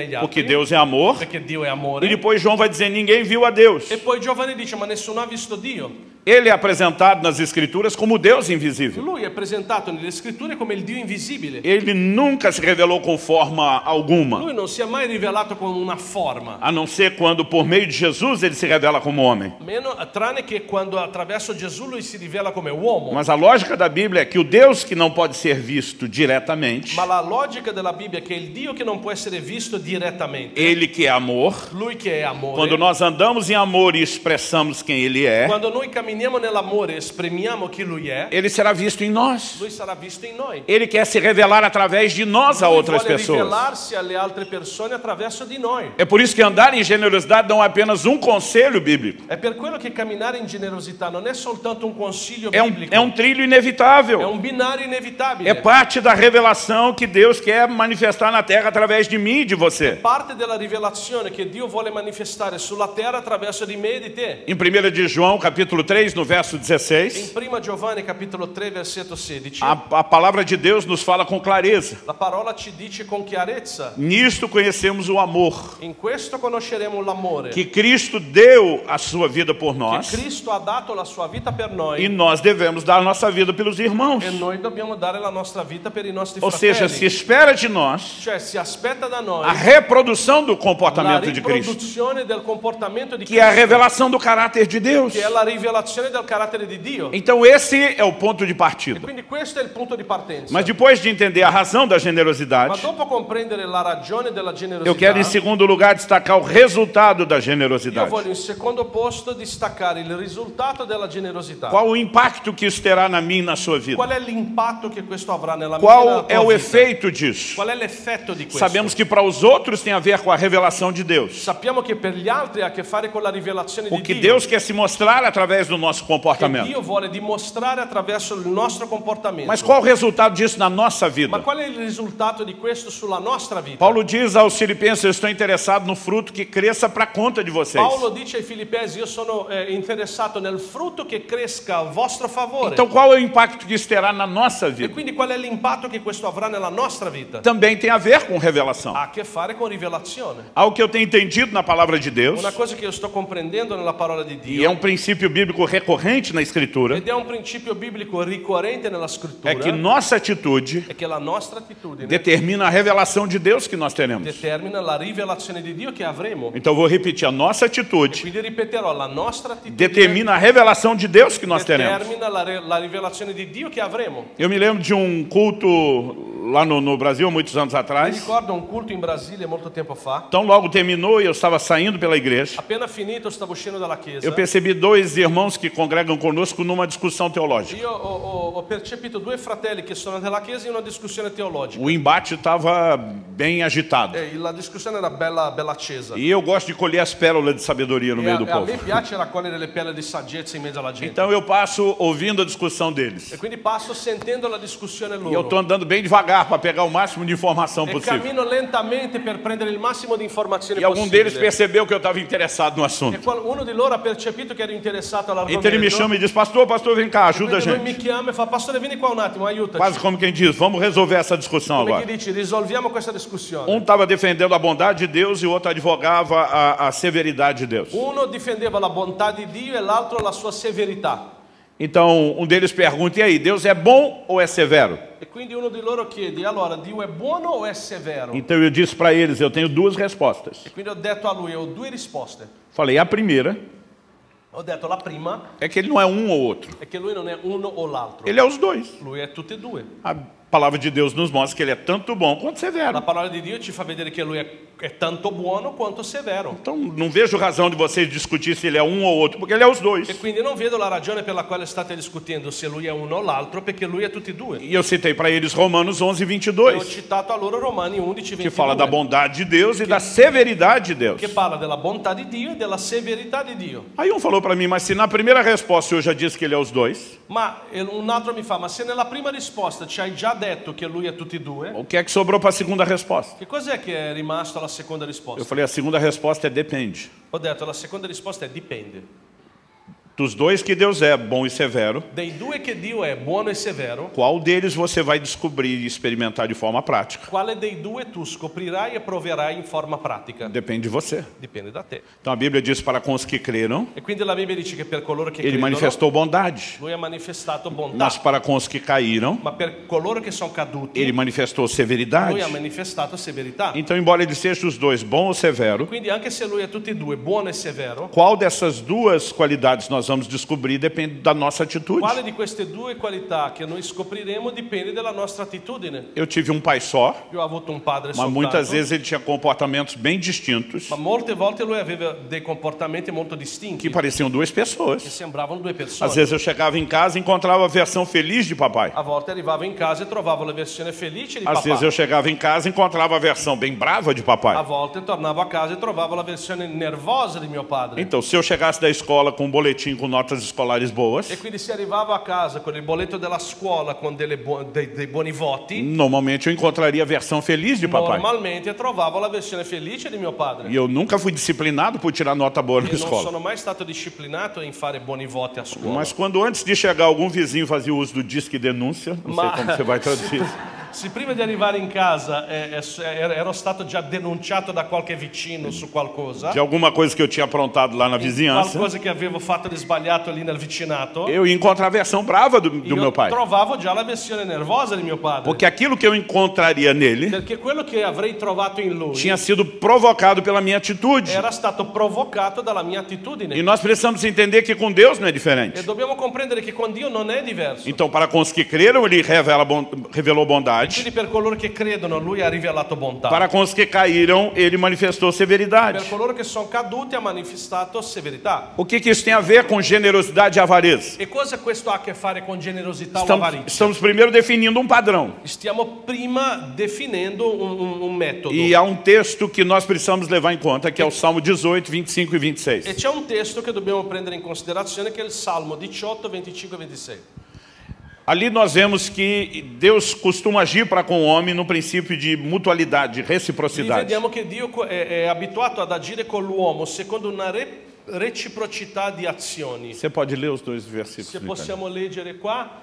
agli altri. porque Deus é amor. Perché Dio è E amore. depois João vai dizer: Ninguém viu a Deus. E poi Giovanni dice ma nessuno ha visto Dio. Ele é apresentado nas Escrituras como Deus invisível. Lui è presentato nelle scritture come il Dio invisibile. Ele nunca se revelou com forma alguma, Lui non si è mai rivelato con una forma. a não ser quando, por meio de Jesus, ele se revela como homem. Meno, tranne che quando attraverso Gesù lui si rivela come uomo. Mas a lógica da Bíblia é que o Deus que não pode ser visto diretamente, Ma la logica della Bibbia è che è il Dio che non può essere visto direttamente. ele que é amor, Lui che è amore. quando nós andamos em amor e expressamos quem ele é, Quando noi camminiamo nell'amore e esprimiamo chi Lui è, ele será visto em nós. Lui sarà visto in noi. Ele quer se revelar através de nós a Lui outras vuole pessoas. rivelarsi alle altre persone attraverso di noi. É por isso que andar em generosidade não é apenas um conselho bíblico, È per quello che camminare in generosità non è soltanto un consiglio é um, biblico, é um trilho è inevitável. un binario inevitabile. É parte da revelação que Deus quer manifestar na terra através de mim e de você. parte della rivelazione che Dio vuole manifestare sulla terra attraverso di me e di te. Em 1 de João, capítulo 3, 3, no verso In 16, 1 Giovanni capitolo 3 versetto 16, a, a palavra de Deus nos fala com clareza. la parola ci dice con chiarezza, Nisto conhecemos o amor in questo conosceremo l'amore que Cristo deu a sua vida por che nós Cristo ha dato la sua vita per noi e nós devemos dar a nossa vida pelos irmãos. e noi dobbiamo dare la nostra vita per i nostri Ou seja, se fratelli. espera de nós Cioè si aspetta da a noi reprodução do la comportamento de Cristo, riproduzione del comportamento di que é a Cristo, revelação do caráter de Deus. che è la rivelazione del carattere di Dio. Então esse é o ponto de E partida. quindi questo è il punto di partenza. Mas depois de entender a razão da Ma generosidade, dopo comprendere la ragione della eu quero em generosità, segundo lugar destacar o resultado da io generosidade. voglio in secondo posto distaccare il risultato della generosità. Ah. Qual o impacto que isso terá na minha e na sua vida? Qual é è l'impatto che questo avrà nella mia e nella Qual tua é o vita? efeito disso? Qual è l'effetto di questo? Sabemos que para os outros tem a ver com a revelação de Deus. Sappiamo che per gli altri ha a che fare con la rivelazione O di que Dio. Deus quer se mostrar através do nosso che comportamento. Dio vuole dimostrare attraverso il nostro comportamento. Mas qual o resultado disso na nossa Ma vida? qual é è il risultato di questo sulla nostra vita? Paulo diz aos filipenses, eu estou interessado no fruto que cresça para a conta de vocês. Paolo dice ai Filippesi: Io sono eh, interessato nel frutto che cresca a vostro favore. Então qual é o impacto que isso terá na nossa E vida? quindi qual è l'impatto che questo avrà nella nostra vita? Também tem a ver com revelação. Ha a che fare con rivelazione. Algo que eu tenho entendido na palavra de Deus, Una cosa che io sto comprendendo nella parola di e é Dio, um princípio bíblico recorrente na Escritura, ed è un principio biblico ricorrente nella scrittura, é que nossa atitude è che la nostra attitudine determina a revelação de Deus que nós teremos. determina la rivelazione di Dio che avremo. Então eu vou repetir, a nossa atitude Quindi ripeterò, la nostra attitudine determina a revelação de Deus que nós teremos. determina la, re- la rivelazione di Dio che avremo. Eu me lembro de um culto lá no, no Brasil, muitos anos Mi atrás. ricordo un culto in Brasile molto tempo fa. Então logo terminou e eu estava saindo pela igreja. Appena finito stavo uscendo dalla chiesa. Eu percebi dois irmãos que congregam conosco numa discussão teológica. Io ho, ho- ho percepito due fratelli che sono nella chiesa in una discussione teologica. O embate estava bem agitado. E la discussione era bella, bella accesa. E eu gosto de colher as pérolas de sabedoria no E a, meio do e a me povo. piace raccogliere le perle di saggezza in mezzo alla gente. Então eu passo ouvindo a discussão deles. E quindi passo sentendo la discussione E eu loro. estou andando bem devagar para pegar o máximo de informação E possível. cammino lentamente per prendere il massimo di informazioni E algum deles possibile. percebeu que eu estava interessado no E assunto. qual- uno di loro ha percepito che ero interessato all'argomento. Então ele me chama e diz: Pastor, pastor, vem cá, ajuda a Quindi lui gente. mi chiama e fa, pastore vieni qua un attimo, aiutaci. Quase como quem diz: Vamos resolver essa discussão Come chi agora. dice, risolviamo questa discussione. Um estava defendendo a bondade de Deus e o outro advogava a, a severidade de Deus. Uno difendeva la bontà di Dio e l'altro la sua severità. Então um deles pergunta: E aí, Deus é bom ou é severo? E quindi uno di loro chiede, allora Dio è buono o è severo? Então eu disse para eles: Eu tenho duas respostas. Quindi ho detto a lui, ho due risposte. Falei: A primeira Ho detto, la prima é que ele não é um ou outro, è che lui non è uno o l'altro. ele é os dois. Lui è tutti e due. A palavra de Deus nos mostra que ele é tanto bom quanto La severo. parola di Dio ci fa vedere che lui è, è tanto buono quanto severo. Então não vejo razão de vocês discutir se ele é um ou outro, porque ele é os dois. E quindi non vedo la ragione per la quale state discutendo se lui è uno o l'altro, perché lui è tutti e due. E eu citei para eles Romanos 11, E ho 22, citato a loro Romani 11, que fala da 22, bondade de Deus e da severidade de Deus. che parla della bontà di Dio e della severità di Dio. Aí um falou para mim, mas se na primeira resposta eu já disse que ele é os dois, Ma e un altro mi fa, ma se nella prima risposta ci hai già detto che lui è tutti e due, o que é que sobrou para a segunda resposta? che cos'è che è rimasto alla seconda Eu risposta? falei, a segunda resposta é depende. Ho detto, la seconda risposta è dipende. Dos dois que Deus é, bom e severo, Dei due che Dio è buono e severo, qual deles você vai descobrir e experimentar de forma prática? quale dei due tu scoprirai e proverai in forma pratica? Depende de você. Dipende da te. Então a Bíblia diz para com os que creram, E quindi la Bibbia dice che per coloro che ele credono, manifestou bondade. lui ha manifestato bontà, Mas para com os que caíram, ma per coloro che sono caduti, ele manifestou lui severidade. ha manifestato severità. Então, embora ele seja os dois, bom ou severo, Quindi anche se lui è tutti e due buono e severo, Qual dessas duas qualidades nós vamos descobrir depende da nossa atitude. quale di queste due qualità che noi scopriremo dipende dalla nostra attitudine. Eu tive um pai só, Io ho avuto un padre mas soltanto, muitas vezes ele tinha comportamentos bem distintos ma molte volte lui aveva dei comportamenti molto distinti que pareciam duas che pessoas. sembravano due persone. Às vezes eu chegava em casa e encontrava a versão feliz de papai. A volte arrivavo in casa e trovavo la versione felice di papà. Às vezes eu chegava em casa e encontrava a versão bem brava de A papai. volte tornavo a casa e trovavo la versione nervosa di mio padre. Então, se eu chegasse da escola com um boletim boletim com notas escolares boas. E quindi si arrivava a casa con il bolletto della scuola con delle buo- dei, dei buoni voti. Normalmente eu encontraria a versão feliz de Mm, papai. Normalmente trovavo la versione felice di mio padre. E eu nunca fui disciplinado por tirar nota boa na E non escola. sono mai stato disciplinato in fare buoni voti a scuola. Mas quando antes de chegar algum vizinho fazia uso do disque denúncia, não Ma- sei como você vai traduzir isso. Se prima di arrivare in casa eh, eh, ero ero stato già denunciato da qualche vicino su qualcosa, de alguma coisa que eu tinha aprontado lá na vizinhança, qualcosa che avevo fatto di sbagliato lì nel vicinato, eu ia encontrar a versão brava do, do io meu pai. trovavo già la versione nervosa di mio padre. Porque aquilo que eu encontraria nele Perché quello che avrei trovato in lui tinha sido provocado pela minha atitude. era stato provocato dalla mia attitudine. E nós precisamos entender que com Deus não é E diferente. dobbiamo comprendere che con Dio non è diverso. Então, para com os que creram, ele revela bon- revelou bondade. Quindi per coloro che credono lui ha rivelato bontà. Para com os que caíram, ele manifestou Per severidade. coloro che sono caduti ha manifestato severità. O que, que isso tem a ver com generosidade e avareza? E cosa questo ha a che fare con generosità o Estamos, avarizia? estamos primeiro definindo um padrão. Stiamo prima definendo un, un- un metodo. E há um texto que nós precisamos levar em conta, que é o Salmo 18, 25 e E 26. c'è un testo che dobbiamo prendere in considerazione che è il Salmo 18, 25 e 26. Ali nós vemos que Deus costuma agir para com o homem no princípio de mutualidade, de Lì reciprocidade. vediamo che Dio co- è, è abituato ad agire con l'uomo secondo una re- reciprocità di azioni. Você pode ler os dois versículos. Se Ricardo? possiamo leggere qua,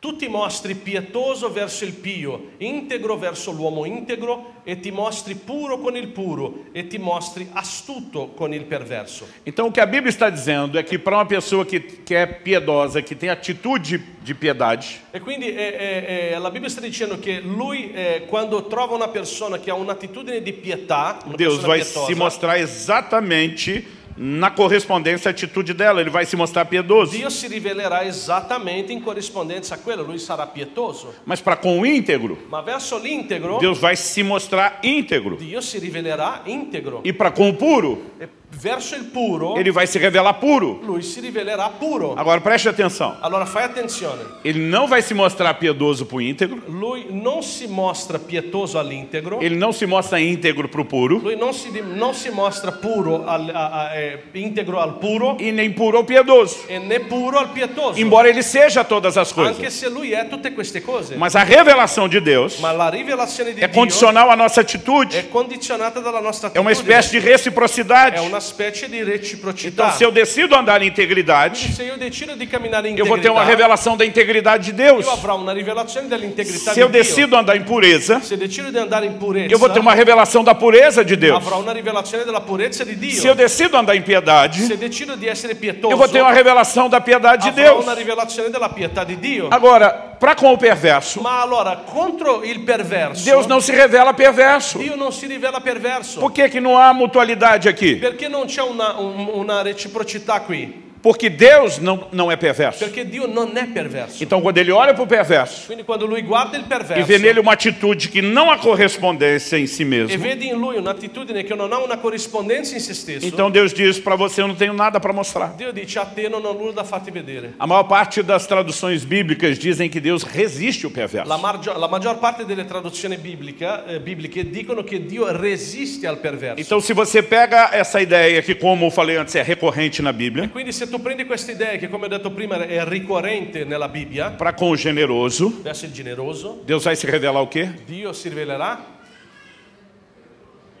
tu ti mostri pietoso verso il pio, integro verso l'uomo integro e ti mostri puro con il puro e ti mostri astuto con il perverso. Então, o que a Bíblia está dizendo é que para uma pessoa que, que é piedosa, que tem atitude de piedade, E quindi eh, eh, eh, la Bibbia sta dicendo che lui eh, quando trova una persona che ha un'attitudine di pietà, una Deus persona vai pietosa, se mostrar exatamente na correspondência à atitude dela. Ele vai se mostrar piedoso. Dio si rivelerà esattamente in corrispondenza a quello, lui sarà pietoso. Mas para com o íntegro, Ma verso l'integro Dio, Deus vai se mostrar íntegro. si rivelerà integro. E para com o puro, E verso il puro ele vai se revelar puro. lui si rivelerà puro. Agora preste atenção. Allora fai attenzione, Ele não vai se mostrar piedoso para o íntegro, lui non si mostra pietoso all'integro, ele não se mostra íntegro para o puro, lui non si, di- non si mostra puro al, a- a- eh, integro al puro e nem puro ao piedoso. e né puro al pietoso, Embora ele seja todas as anche coisas. se lui è tutte queste cose. Ma, Mas a revelação de Deus la rivelazione di é Dio condicional à nossa atitude. è condizionata dalla nostra É uma attitudine, espécie de reciprocidade. è una specie di Então, reciprocità. se eu decido andar em integridade, Se io decido di camminare in eu vou ter uma integrità, revelação da integridade de Deus. io avrò una rivelazione dell'integrità Se eu di Dio. decido andar em pureza, Se decido di andare in purezza, eu vou ter uma revelação da pureza de Deus. avrò una rivelazione della purezza di Dio. Se eu decido andar em piedade, Se decido di essere pietoso, eu vou ter uma revelação da piedade de avrò Deus. una rivelazione della pietà di Dio. Agora, para com o perverso, Ma allora, contro il perverso, Deus não se revela perverso. Dio non si rivela perverso. Por que, que não há mutualidade aqui? Perché non c'è una, un- una reciprocità qui? Porque Deus não, não é perverso. Perché Dio non è perverso. Então, quando ele olha para o perverso Quindi quando lui guarda il e perverso vê nele uma atitude que não há correspondência em si e mesmo, vede in lui un'attitudine che non ha una corrispondenza in se stesso, então Deus diz para você: Eu não tenho nada para mostrar. Dio dice a te non ho nulla da farti vedere. A maior parte das traduções bíblicas dizem que Deus resiste o perverso. La, margio- la maggior parte delle traduzioni biblica- eh, bibliche dicono che Dio resiste al perverso. Então, se você pega essa ideia que, como eu falei antes, é recorrente na Bíblia, Quindi se tu prendi questa idea che come ho detto prima è ricorrente nella Bibbia, para com o generoso, verso il generoso, Deus vai se revelar o quê? Dio si rivelerà.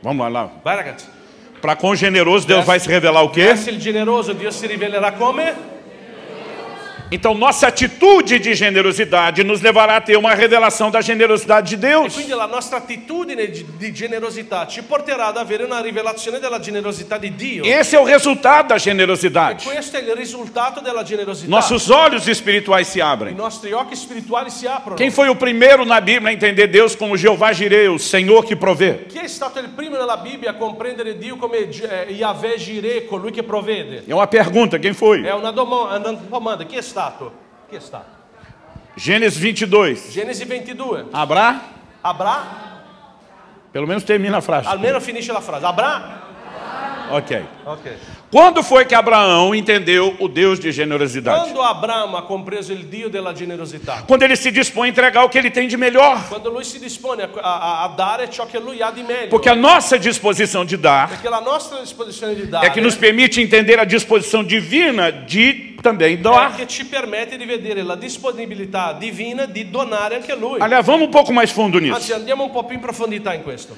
Vamos lá, lá. Vai ragazzi. Para com o generoso, Deus vai se revelar o quê? Verso il generoso, Dio si rivelerà come? Então, nossa atitude de generosidade nos levará a ter uma revelação da generosidade de E Deus. quindi la nostra attitudine di di generosità ci porterà ad avere una rivelazione della generosità di Dio. E Esse é o resultado da generosidade. questo è il risultato della generosità. Nossos olhos espirituais se I abrem. nostri occhi spirituali si aprono. Quem foi o primeiro na Bíblia a entender Deus como Jeová Jireh, o Senhor que provê? Chi è stato il primo nella Bibbia a comprendere Dio come eh, Yahweh Jireh, colui che provvede? É uma pergunta, quem foi? È una domo- una domanda, chi è stato? Chi è stato? Gênesis 22. Genesi 22. Abrá, Abrà, pelo menos termina a frase. almeno finisce la frase. Abrà. Ok. Ok. Quando foi que Abraão entendeu o Deus de generosidade? Quando Abramo ha compreso il Dio della generosità, Quando ele se dispõe a entregar o que ele tem de melhor. quando lui si dispone a, a- a dare ciò che lui ha di meglio, Porque a nossa disposição de dar perché la nostra disposizione di dare é que nos permite entender a disposição divina de também è doar. che ci permette di vedere la disponibilità divina di donare anche a lui. Aliás, vamos um pouco mais fundo Anzi, nisso. andiamo un po' più in profondità in questo.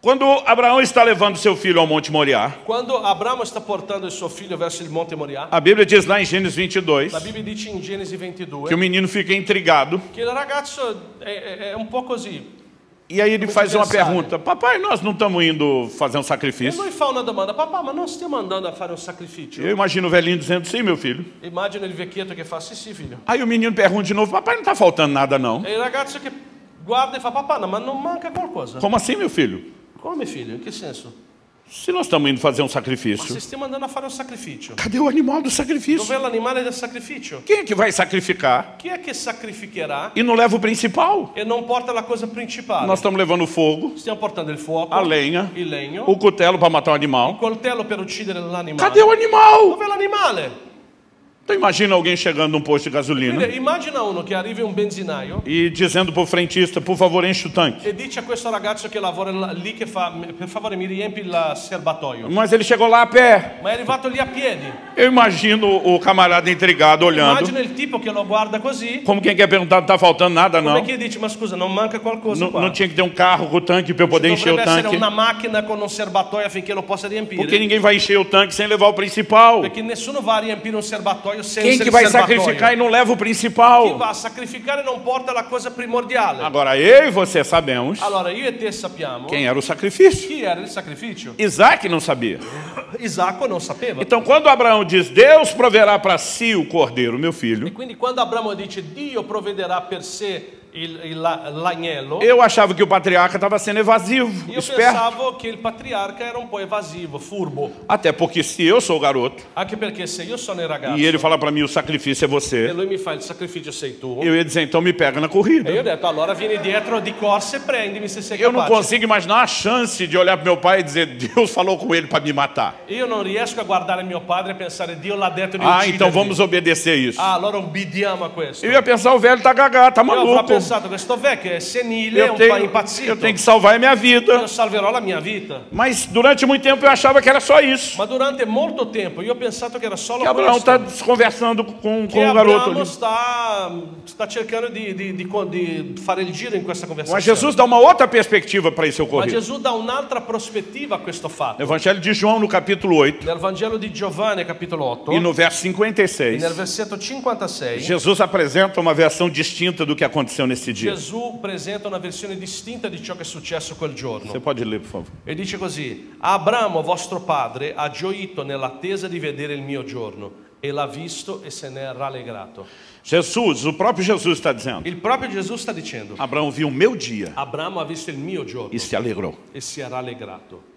Quando Abraão está levando seu filho ao Monte Moriá, Quando Abramo sta portando il suo figlio verso il monte Moriah, a Bíblia diz lá em Gênesis 22 la Bibbia dice in Genesi que o 22 menino fica intrigado che il ragazzo è, è- è un po' così. e aí ele Muito faz uma pensado. pergunta: Papai, nós não estamos indo fazer um E sacrifício? lui fa una domanda, papà, ma non stiamo andando a fare un sacrificio? Eu imagino o velhinho dizendo: Sim, meu filho. Immagino il vecchietto che fa, sì sì figlio. Aí o menino pergunta de novo: Papai, não está faltando nada, não. E il ragazzo che guarda e fa, papà, no, ma non manca qualcosa? Como assim, meu filho? Come figlio, in che senso? Se nós estamos indo fazer um Ma se sacrifício, stiamo andando a fare un sacrificio, cadê o animal do sacrifício? dov'è l'animale del sacrificio? Quem é que vai sacrificar Chi è che sacrificherà e não leva o principal? e non porta la cosa principale? Nós estamos levando o fogo, Stiamo portando il fuoco, a lenha, il legno, o cutelo para matar o il animal. coltello per uccidere l'animale. Cadê o animal? Dov'è l'animale? Então imagina alguém chegando num posto de gasolina Quindi, immagina uno che arriva in un benzinaio e dizendo pro frentista, por favor, enche o tanque. e dice a questo ragazzo che lavora là- lì che fa, per favore mi riempi il serbatoio. Mas ele chegou lá a pé. Ma è arrivato lì a piedi. Eu imagino o camarada intrigado olhando, Immagina il tipo che lo guarda così como quem quer perguntar, não tá faltando nada não. Come che dici, ma scusa, non manca qualcosa Não, qua? não tinha que ter um carro com o tanque para eu poder encher o Dovrebbe essere tanque. una macchina con un serbatoio affinché lo possa riempire. Porque ninguém vai encher o tanque sem levar o principal. Perché nessuno va a riempire un serbatoio senza Quem que il vai serbatoio. sacrificar e não leva o Chi principal? va a sacrificare non porta la cosa primordiale. Agora eu e você sabemos Allora, io e te sappiamo quem era o sacrifício. chi era il sacrificio. Isaac não sabia. Isacco non sapeva. Então, quando Abraão diz, Deus proverá para si o cordeiro, meu E filho, quindi quando Abramo dice Dio provvederà per sé il, il la- l'agnello, eu achava que o patriarca estava sendo evasivo, io esperto. pensavo che il patriarca era un po' evasivo, furbo. Até porque se eu sou o garoto Anche perché se io sono il ragazzo e ele fala para mim, o sacrifício e é você, lui mi fa il sacrificio sei tu, eu ia dizer, então me pega na E io ho corrida. detto, allora vieni dietro di corsa e prendimi se sei Eu não capace. consigo imaginar a chance de olhar para meu pai e dizer, Deus falou com ele para me matar. Io non riesco a guardare mio padre e pensare, Dio l'ha detto di Ah, uccidermi. então vamos obedecer isso. Ah, allora ubbidiamo a questo. Eu ia pensar, o velho tá gagá, tá Io avrò maluco. pensato, questo vecchio è senile, è Eu un po' tenho, impazzito. eu tenho que salvar a minha vida. Io salverò la mia vita. Mas durante muito tempo eu achava que era só isso. Ma durante molto tempo io ho pensato che era solo Que Abraão questo. está conversando com, Che com o garoto Abramo ali. sta, sta cercando di, di- di co- di fare il giro in questa Mas conversazione. Jesus dá uma outra perspectiva para esse Ma ocorrido. Gesù dà un'altra prospettiva a questo fatto. No Evangelho de João, no capítulo 8 Nel Vangelo di Giovanni, capitolo 8, e no verso nel 56, versetto 56, Jesus apresenta uma versão distinta do que aconteceu nesse dia. Gesù presenta una versione distinta di ciò che è successo quel Você giorno pode ler, por favor. e dice così, Abramo vostro padre ha gioito nell'attesa di vedere il mio giorno e l'ha visto e se ne è rallegrato. Jesus, o próprio Jesus está dizendo: Il proprio Gesù sta dicendo, Abraão viu o meu dia Abramo ha visto il mio giorno e se alegrou. e si è rallegrato.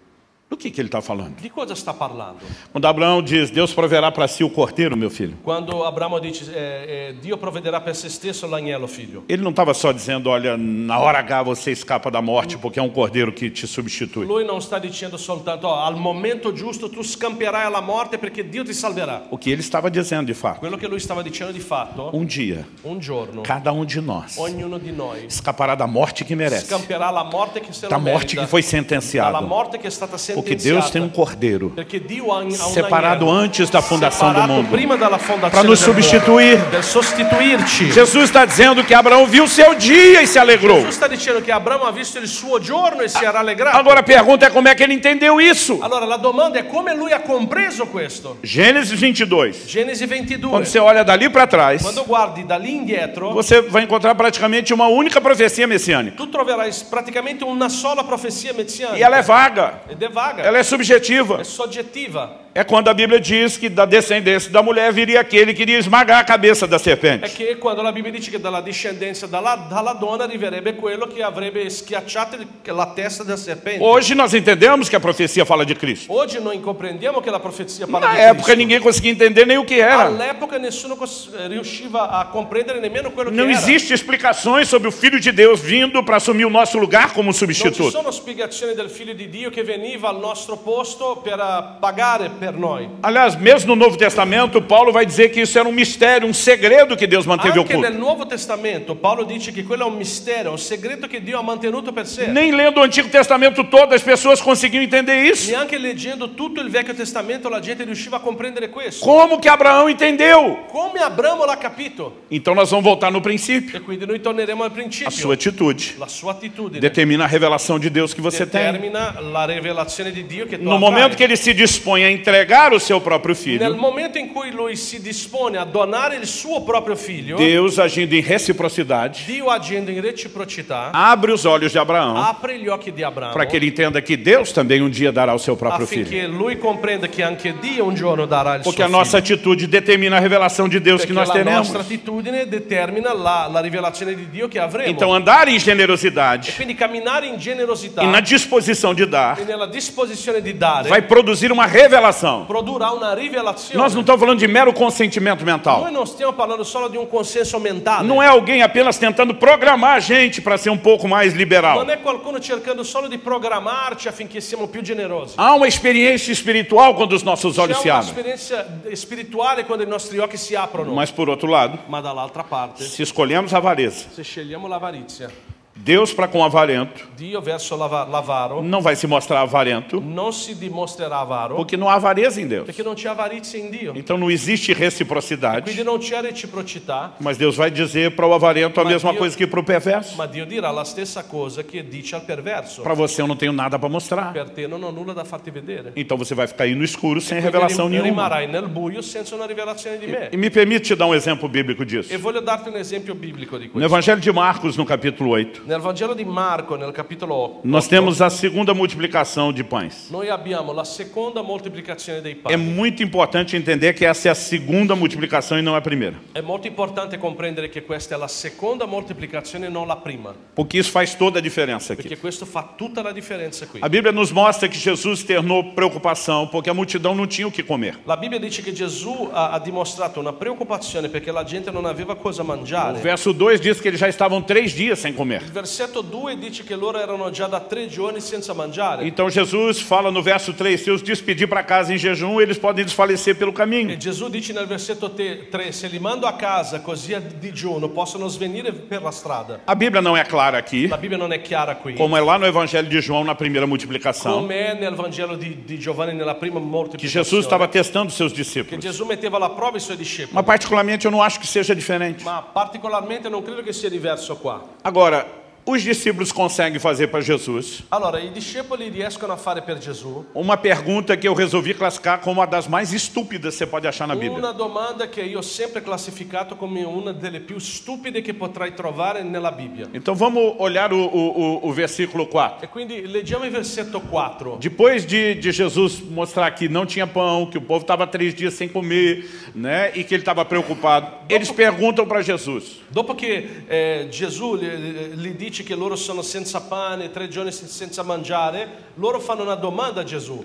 Do que, que ele está falando? Di cosa sta parlando? Quando Abraão diz: Deus proverá para si o cordeiro, meu filho. Quando Abramo dice, eh, eh, Dio provvederà per se stesso l'agnello figlio. Ele não estava só dizendo, olha, na hora H você escapa da morte porque é um cordeiro que te substitui. Lui non sta dicendo soltanto, "Oh, al momento giusto tu scamperai alla morte perché Dio ti salverà. O que ele estava dizendo, de fato, Quello che lui stava dicendo di fatto, um dia, un giorno cada um de nós ognuno di noi escapará da morte que merece, scamperà la morte che se da lo morte merita, que foi dalla sentenciada. morte che è stata Porque Deus tem um sentenziata, cordeiro perché Dio ha un- ha un separado agnello, antes da fundação do separato mundo prima dalla fondazione para nos del mondo, substituir. per sostituirci. Gesù Jesus está dizendo que Abraão viu o seu dia e se alegrou. sta dicendo che Abramo ha visto il suo giorno e si era rallegrato. Agora a pergunta é como é que ele entendeu isso. Allora, la domanda è come lui ha compreso questo. Gênesis 22. Genesi Quando 22. você olha dali para trás, Quando guardi da lì indietro, você vai encontrar praticamente uma única profecia messiânica. tu troverai praticamente una sola profezia E ela messianica é vaga, ed è vaga, ela é subjetiva. è soggettiva. É quando a Bíblia diz que da descendência da mulher viria aquele que iria esmagar a cabeça da è serpente. che quando la Bibbia dice che dalla discendenza dalla, dalla donna arriverebbe quello che avrebbe schiacciato il- la testa del serpente. Hoje nós entendemos que a profecia fala de Cristo. Oggi noi comprendiamo che la profezia parla Na di época Cristo. ninguém conseguia entender nem o que era. All'epoca nessuno cos- eh, riusciva a comprendere nemmeno quello Não che era. existe explicações sobre o Filho de Deus vindo para assumir o nosso lugar como Non ci substituto. sono spiegazioni del figlio di Dio che veniva al nostro posto per eh, pagare per noi. Aliás, mesmo no Novo Testamento, Paulo vai dizer que isso era um mistério, um segredo que Deus manteve Anche oculto. nel Nuovo Testamento Paolo dice che quello è un mistero, un segreto che Dio ha mantenuto per sé. Nem lendo o Antigo Testamento todo as pessoas conseguiam entender isso. Neanche leggendo tutto il Vecchio Testamento la gente riusciva a comprendere questo. Como que Abraão entendeu? Come Abramo l'ha capito? Então nós vamos voltar no princípio. E quindi noi torneremo al principio. A sua atitude La sua attitudine determina a revelação de Deus que você tem. determina la rivelazione di Dio che tu No avrai. momento que ele se dispõe a entregar o seu próprio Nel filho, momento in cui lui si dispone a donare il suo proprio figlio, Deus agindo em reciprocidade, Dio agendo in reciprocità abre os olhos de Abraão apre gli occhi di Abramo para que ele entenda que Deus também um dia dará o seu próprio filho. affinché lui comprenda che anche Dio un giorno darà il Porque suo a nossa figlio. atitude determina a revelação de Deus Perché que nós la teremos. nostra attitudine determina la, la rivelazione di Dio che avremo. Então, andar em generosidade Quindi camminare in generosità e na disposição de dar e nella disposizione di dare vai produzir uma revelação. produrrà una rivelazione. Nós não estamos falando de mero consentimento Noi mental. non stiamo parlando solo di un um consenso mentale. Não é alguém apenas tentando programar a gente para ser um pouco mais liberal. Non è qualcuno um cercando solo di programmarci affinché siamo più generosi. Há uma experiência espiritual quando Ah, os nossos olhos C'è se abrem. un'esperienza spirituale quando i nostri occhi si aprono, Mas por outro lado, ma dall'altra parte, se escolhemos a avareza, se scegliamo l'avarizia, Deus para com o avarento Dio verso l'ava- l'avaro não vai se mostrar avarento, non si dimostrerà avaro porque não há avareza em Deus. perché non c'è avarizia in Dio. Então não existe Quindi reciprocidade. non c'è reciprocità, Mas Deus vai dizer para o avarento a Mas mesma Deus- coisa que para o perverso. ma Dio dirà la stessa cosa che dice al perverso. Para você eu não tenho nada para mostrar. Per te non ho nulla da farti vedere. Então você vai ficar aí no escuro sem Quindi revelação rim- nenhuma. rimarrai nel buio senza una rivelazione di me. E me permite te dar um exemplo bíblico disso. E voglio darti un esempio biblico di No questo. Evangelho de Marcos, no capítulo 8, Nel Vangelo di Marco, nel capitolo 8, nós temos a segunda multiplicação de pães. noi abbiamo la seconda moltiplicazione dei É pani. muito importante entender que essa é a segunda multiplicação e não a primeira. È molto importante comprendere che questa è la seconda moltiplicazione e non la prima, Porque isso faz toda a diferença aqui. perché questo fa tutta la differenza qui. A Bíblia nos mostra que Jesus externou preocupação porque a multidão não tinha o que comer. La Bibbia dice che Gesù ha, ha dimostrato una preoccupazione perché la gente non aveva cosa O mangiare. verso 2 diz que eles já estavam três dias sem comer. Il versetto 2 dice che loro erano già da tre giorni senza mangiare. Então Jesus fala no verso 3, se os despedir para casa em jejum, eles podem desfalecer pelo caminho. E Gesù dice nel versetto 3, se li mando a casa così a digiuno possono svenire per la strada. A Bíblia não é clara aqui, La Bibbia non è chiara qui. como é lá no Evangelho de João, na primeira multiplicação, Come è nel Vangelo di, di Giovanni nella prima que moltiplicazione. Jesus estava testando seus Che discípulos. Gesù metteva alla prova i suoi discepoli. Mas particularmente eu não acho que seja diferente. Ma particolarmente non credo che sia diverso qua. Agora, os discípulos conseguem fazer para Jesus Allora, i discepoli riescono a fare per Gesù uma pergunta que eu resolvi classificar como uma das mais estúpidas que você pode achar na Bíblia. una domanda che io ho sempre classificato come una delle più stupide che potrai trovare nella Bibbia. Então vamos olhar o, o- o- o versículo 4. E quindi leggiamo il versetto 4. Depois de, de Jesus mostrar que não tinha pão, que o povo estava três dias sem comer, né, e que ele estava preocupado, eles perguntam para Jesus: Dopo che eh, Gesù gli, gli dice che loro sono senza pane, tre giorni sen- senza mangiare, loro fanno una domanda a Gesù.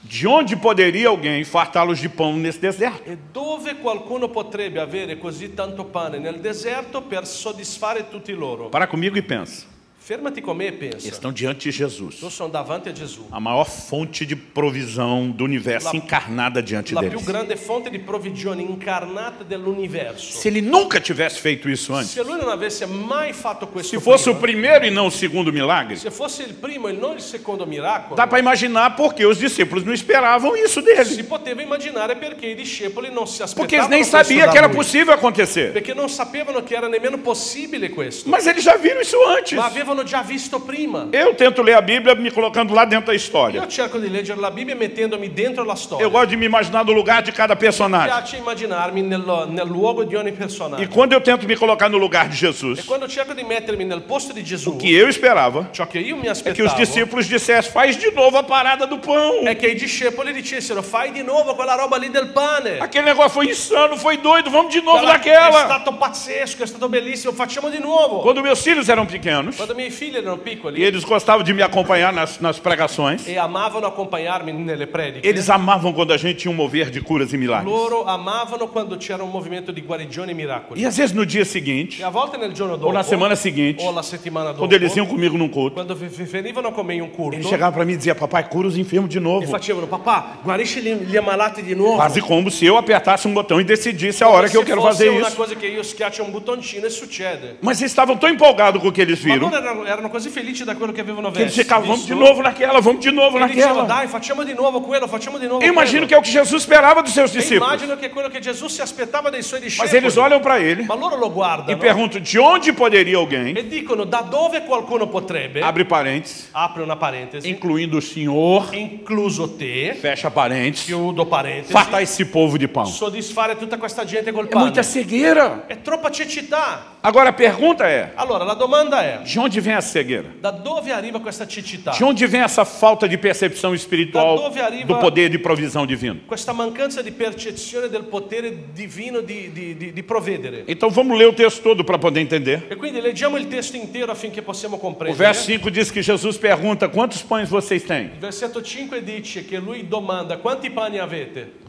de onde poderia alguém fartá-los de pão nesse deserto? E dove qualcuno potrebbe avere così tanto pane nel deserto per soddisfare tutti loro? Para comigo e pensa: Fermati con me e eles pensa. estão diante de Jesus, Io sono davanti a Gesù, a maior fonte de provisão do universo La- encarnada diante la più deles. grande fonte di provvigione incarnata dell'universo. Se ele nunca tivesse feito isso antes, Se lui non avesse mai fatto questo se fosse o prima, primeiro e non o segundo milagre, se fosse il primo e non il secondo miracolo, dá para imaginar porque os discípulos não esperavam isso dele. si poteva immaginare perché i discepoli non si aspettavano Porque eles nem questo sabiam da que era lui, possível acontecer. perché non sapevano che era nemmeno possibile questo, Mas eles já viram isso antes. ma avevano già visto prima. Eu tento ler a Bíblia me colocando lá dentro da história. Io cerco di leggere la Bibbia mettendomi dentro la storia. Eu gosto de me imaginar no lugar de cada Mi personagem. piace immaginarmi nel, nel luogo di ogni personaggio. E quando eu tento me colocar no lugar de E Jesus, quando cerco di mettermi nel posto di Gesù, o que eu esperava ciò che io mi é que os aspettavo discípulos dissessem: faz de novo a parada do pão. è che i discepoli dicessero fai di nuovo quella roba lì del pane. Aquele negócio foi insano, foi doido, vamos de novo Quella- È naquela. stato pazzesco, è stato bellissimo, facciamo di nuovo. Quando meus filhos eram pequenos, Quando i I miei figli erano piccoli E eles gostavam de me acompanhar nas, nas pregações. e amavano accompagnarmi nelle prediche. Eles amavam quando a gente tinha um mover de curas e milagres. Loro amavano quando c'era un movimento di guarigioni e miracoli. E às vezes no dia seguinte, E a volte nel giorno dopo, ou na semana seguinte, o alla settimana dopo, quando eles iam comigo num culto, quando v- v- venivano con me in un culto eles chegavam para mim e diziam, papai, cura os enfermos de e novo. facevano, papà, guarisci gli, gli ammalati di nuovo. Quase como se eu apertasse um botão e decidisse a hora Se que eu quero fosse fazer una isso. cosa che io schiaccio un bottoncino e succede. Mas eles estavam tão empolgados com o que eles Ma viram, loro erano, erano così felici da quello che avevano que ves- eles visto. ficavam, vamos de novo naquela, vamos de novo E dicevano, naquela. dai, facciamo di nuovo quello, facciamo di nuovo Eu imagino quello. que é o que Jesus esperava dos seus E discípulos. immagino che è quello che Gesù si aspettava dai suoi Mas discepoli. eles olham para ele Ma loro lo e guardano perguntam, de onde poderia alguém, e dicono da dove qualcuno potrebbe, abre parênteses, apre una parentesi, incluindo o Senhor, incluso te, fecha parênteses, chiudo parentesi, fatar esse povo de pão. soddisfare tutta questa gente col É muita pane. cegueira. È troppa cecità. Agora a pergunta é: Allora, la domanda è, de onde vem a cegueira? da dove arriva questa cecità? De onde vem essa falta de percepção Tá. Da espiritual dove arriva- do poder de provisão divino? Questa mancanza di percezione del potere divino di, di- di- di provvedere. Então vamos ler o texto todo para poder entender. E quindi leggiamo il testo intero affinché possiamo O comprendere. verso 5 diz que Jesus pergunta: quantos pães vocês têm? Il versetto 5 dice che lui domanda quanti pani avete?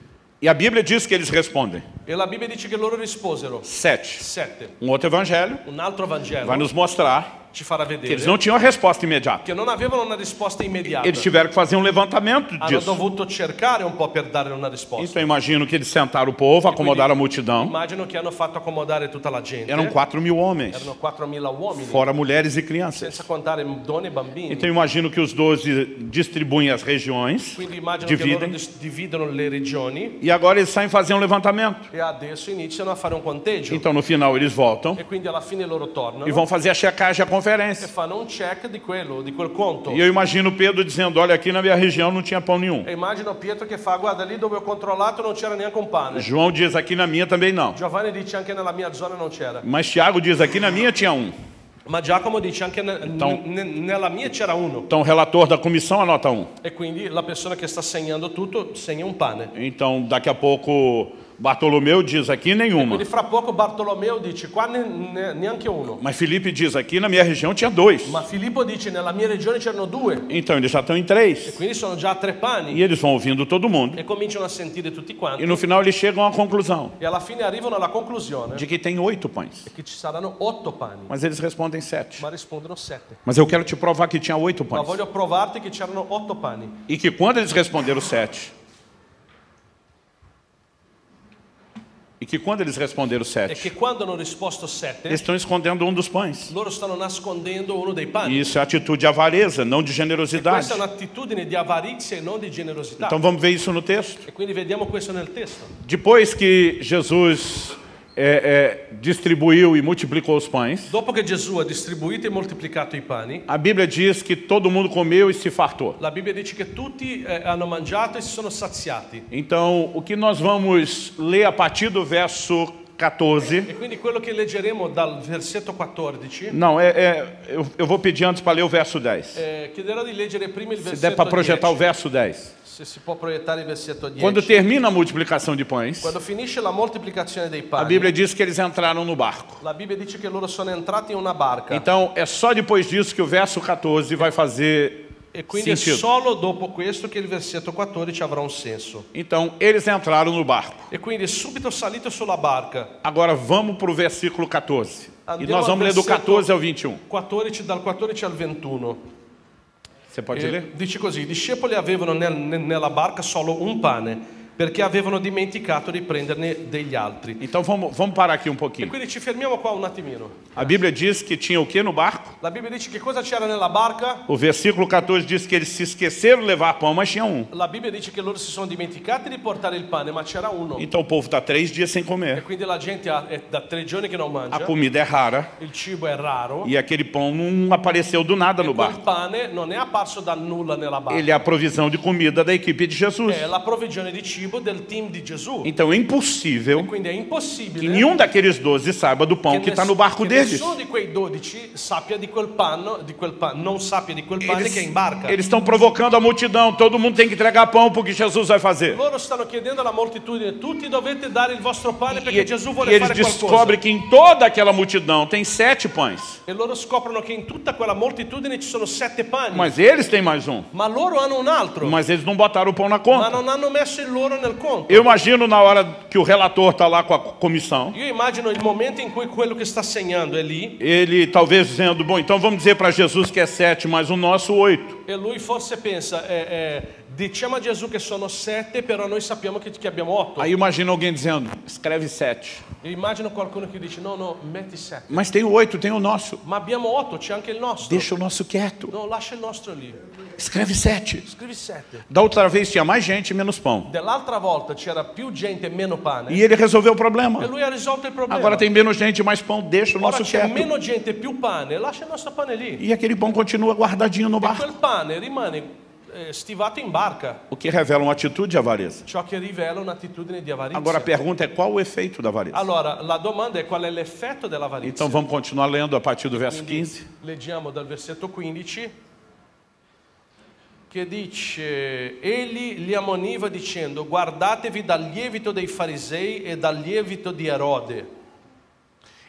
E a Bíblia diz que eles respondem: E la Bibbia dice che loro risposero sete. sette. Um outro evangelho Un altro vai Vangelo nos mostrar ci farà que eles vedere não tinham a resposta imediata. che non avevano una risposta immediata. Eles tiveram que fazer um levantamento Hanno disso. dovuto cercare un po' per dare una risposta. Então eu imagino que eles sentaram o povo, acomodaram a multidão. Immagino che hanno fatto accomodare tutta la gente. Eram 4 mil homens, Erano 4.000 uomini, fora mulheres e crianças. senza contare donne e bambini. Então eu imagino que os 12 distribuem as regiões, Quindi immagino che loro dividem, dis- dividono le regioni e agora eles saem fazer um levantamento. e adesso iniziano a fare un conteggio. Então no final eles voltam E quindi alla fine loro tornano e vão fazer a checagem, a e conferência. fanno un check di quello, di quel conto. E eu imagino Pedro dizendo: Olha, aqui na minha região não tinha pão nenhum. E immagino Pietro che fa, guarda lì dove ho controllato non c'era neanche un pane. João diz: Aqui na minha também não. Giovanni dice anche nella mia zona non c'era. Mas Tiago diz: Aqui na minha tinha um. Ma Giacomo dice anche ne- Então- ne- nella mia c'era uno. Então o relator da comissão anota um. E quindi la persona che sta segnando tutto segna un pane. Então daqui a pouco Bartolomeu diz: Aqui nenhuma. Quindi fra poco Bartolomeo dice qua ne- ne- neanche uno. Mas Felipe diz: Aqui na minha região tinha dois. Ma Filippo dice nella mia regione c'erano due. Então eles já estão em três. Quindi sono già tre pani. E eles vão ouvindo todo mundo. e cominciano a sentire tutti quanti E no final eles chegam à conclusão e alla fine arrivano alla conclusione de que tem oito pães. che ci saranno otto pani, Mas eles respondem sete. ma rispondono sette. Mas eu quero te provar que tinha oito Ma pães. voglio provarti che c'erano otto pani. E que quando eles responderam sete. E que quando eles responderam E sete, che quando hanno risposto sette, eles estão escondendo um dos pães. loro stanno nascondendo uno dei pani. E isso é atitude de avareza, não de generosidade. Questa è un'attitudine di avarizia e non di generosità. Então vamos ver isso no texto. E quindi vediamo questo nel testo. Depois que Jesus é, é, distribuiu e multiplicou os pães, Dopo che Gesù ha distribuito e moltiplicato i pani, a Bíblia diz que todo mundo comeu e se fartou. la Bibbia dice che tutti eh, hanno mangiato e si sono saziati. Então, o que nós vamos ler a partir do verso 14. E quindi quello che leggeremo dal versetto 14, Não, é, é, eu, eu vou pedir antes para ler o verso 10. eh, chiederò di leggere prima il Se der para versetto projetar 10. o verso 10. Se si può proiettare il versetto 10. Quando termina a multiplicação de pães, é Quando finisce la moltiplicazione dei a pani, Bíblia diz que eles entraram no barco. la Bibbia dice che loro sono entrati in una barca. Então, é só depois disso que o verso 14 vai fazer e quindi è sentido. solo dopo questo che il versetto 14 avrà un senso. Então, eles entraram no barco. E quindi subito salito sulla barca, Agora vamos para o versículo 14. E Andiamo nós ao vamos ler do versetto- 14 ao 21. 14 dal 14 al 21. Você pode E ler? dice così, i discepoli avevano nel- nel- nella barca solo un pane perché avevano dimenticato di prenderne degli altri. Então, vamos, vamos parar aqui um E pouquinho. quindi ci fermiamo qua un attimino. A Bíblia diz que tinha o que no barco? La Bibbia dice che cosa c'era nella barca? O versículo 14 diz que eles se esqueceram de levar pão, mas tinha um. La Bibbia dice che loro si sono dimenticati di portare il pane, ma c'era uno. Então o povo está três dias sem E comer. quindi la gente ha- è da tre giorni che non A mangia, comida é rara il cibo è raro, e aquele pão não apareceu do nada no quel barco. pane non è apparso da nulla nella barca, Ele é a provisão de comida da equipe de Jesus. è la provvigione di cibo del team di Gesù. Então é impossível Quindi è impossibile que nenhum daqueles doze saiba do pão que está ness- no barco che deles. nessuno di quei 12 sappia di quel panno, di quel pan- non sappia di quel pane Eles, che è in barca. eles estão provocando a multidão. Todo mundo tem que entregar pão porque Jesus vai fazer. Loro stanno chiedendo alla moltitudine, tutti dovete dare il vostro pane E, perché Gesù e vuole eles fare qualcosa. descobrem que em toda aquela multidão tem sete pães. E loro scoprono che in tutta quella moltitudine ci sono sette panni, Mas eles têm mais um. ma loro hanno un altro, Mas eles não botaram o pão na ma conta. non hanno messo il loro nel conto. Eu imagino na hora que o relator está lá com a comissão, Io immagino il momento in cui quello che sta segnando è lì ele talvez dizendo: Bom, então vamos dizer para Jesus que é sete, mas o nosso oito. e lui forse pensa, eh, eh, diciamo a Gesù che sono sette, però noi sappiamo che, che abbiamo otto. Aí imagina alguém dizendo: Escreve sete. Io immagino qualcuno che dice, no, no, metti sette. Mas tem o oito, tem o nosso. Ma abbiamo otto, c'è anche il nostro. Deixa o nosso quieto. No, lascia il nostro lì. Escreve sete. Scrivi sette. Da outra vez tinha mais gente, menos pão. Dell'altra volta c'era più gente e meno pane. E ele resolveu o E problema. lui ha risolto il problema. Agora tem menos gente, mais pão, deixa o Ora nosso c'è quieto. meno gente e più pane, lascia il nostro pane lì. E aquele pão continua guardadinho no E barco. quel pane rimane eh, stivato in barca, O que revela uma atitude de avareza. ciò che rivela un'attitudine di avarizia. Agora a pergunta é qual o efeito da avareza? Allora, la domanda è qual è l'effetto dell'avarizia? Então vamos continuar lendo a partir do verso 15. Leggiamo dal versetto 15 che dice, egli li ammoniva dicendo, guardatevi dal lievito dei farisei e dal lievito di Erode.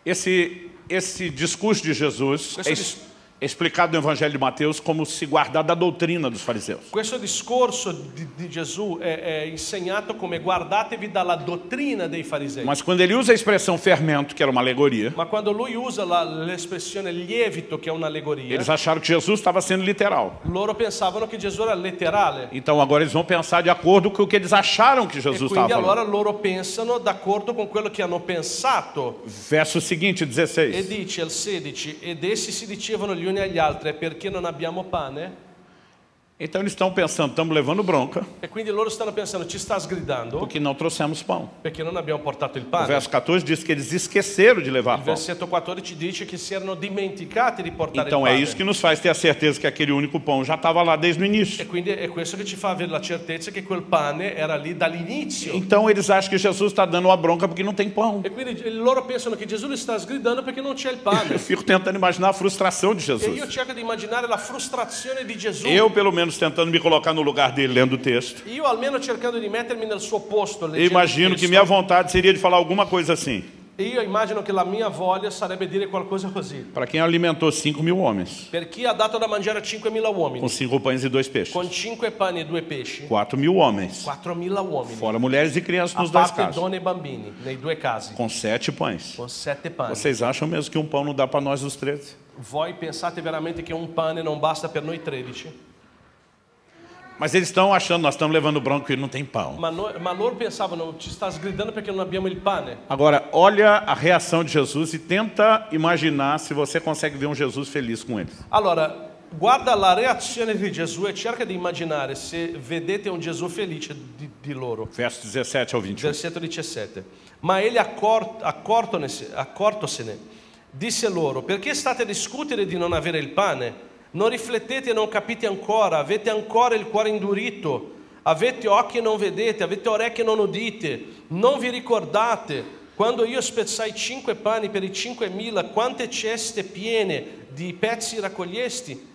Esse, esse discurso de Jesus Esse é, dis- es- é explicado no Evangelho de Mateus como se guardar da doutrina dos fariseus. Questo discorso di, di Gesù è, è insegnato come guardatevi dalla dottrina dei farisei. Mas quando ele usa a expressão fermento, que era uma alegoria, Ma quando lui usa la- l'espressione lievito, che è un'allegoria, eles acharam que Jesus estava sendo literal. loro pensavano che Gesù era letterale. Então agora eles vão pensar de acordo com o que eles acharam que E Jesus estava quindi falando. allora loro pensano d'accordo con quello che hanno pensato. Verso seguinte, E 16. dice al 16, ed essi si dicevano gli uni agli altri, "È perché non abbiamo pane? Então eles estão pensando, estamos levando bronca, E quindi loro stanno pensando, ci sta sgridando porque não trouxemos pão. perché non abbiamo portato il O pane. verso 14 diz que eles esqueceram de levar Il pão. versetto 14 dice che si erano dimenticati di portare il Então é pane. isso que nos faz ter a certeza que aquele único pão já estava lá desde o E início. quindi è questo che ci fa avere la certezza che quel pane era lì dall'inizio. Então eles acham que Jesus está dando uma bronca porque não tem pão. E quindi loro pensano che Gesù li sta sgridando perché non c'è il Eu pane. fico tentando imaginar a frustração de E io Jesus. cerco di immaginare la frustrazione di Gesù. Eu, pelo menos, tentando me colocar no lugar dele lendo o texto. Io almeno cercando di mettermi nel suo posto. Eu leggendo imagino il que testo. minha vontade seria de falar alguma coisa assim. E Io immagino che la mia voglia sarebbe dire qualcosa così. Para quem alimentou 5 mil homens, Per chi ha dato da mangiare a 5.000 com uomini, cinco pães e dois peixes, con 5 pani e 2 pesci, 4 mil homens, 4.000 uomini, fora mulheres e crianças a nos dois parte casos, donne e bambini, nei due casi, com sete pães. con 7 pani. Vocês acham mesmo que um pão não dá para nós os 13? Voi pensate veramente che un pane non basta per noi 13? Mas eles estão achando, nós estamos levando branco e não tem pão. Ma, noi- ma loro pensavano, ci sta sgridando perché non abbiamo il pane. Agora, olha a reação de Jesus e tenta imaginar se você consegue ver um Jesus feliz com eles. Allora, guarda la reazione di Gesù e cerca di immaginare se vedete un Gesù felice di, di loro. Verso 17 ao 21. Versetto 17. Ma egli accor- accortonesi- accortosene, disse loro, perché state a discutere di non avere il pane? Non riflettete e non capite ancora, avete ancora il cuore indurito, avete occhi e non vedete, avete orecchie e non udite, non vi ricordate quando io spezzai cinque pani per i cinquemila, quante ceste piene di pezzi raccogliesti?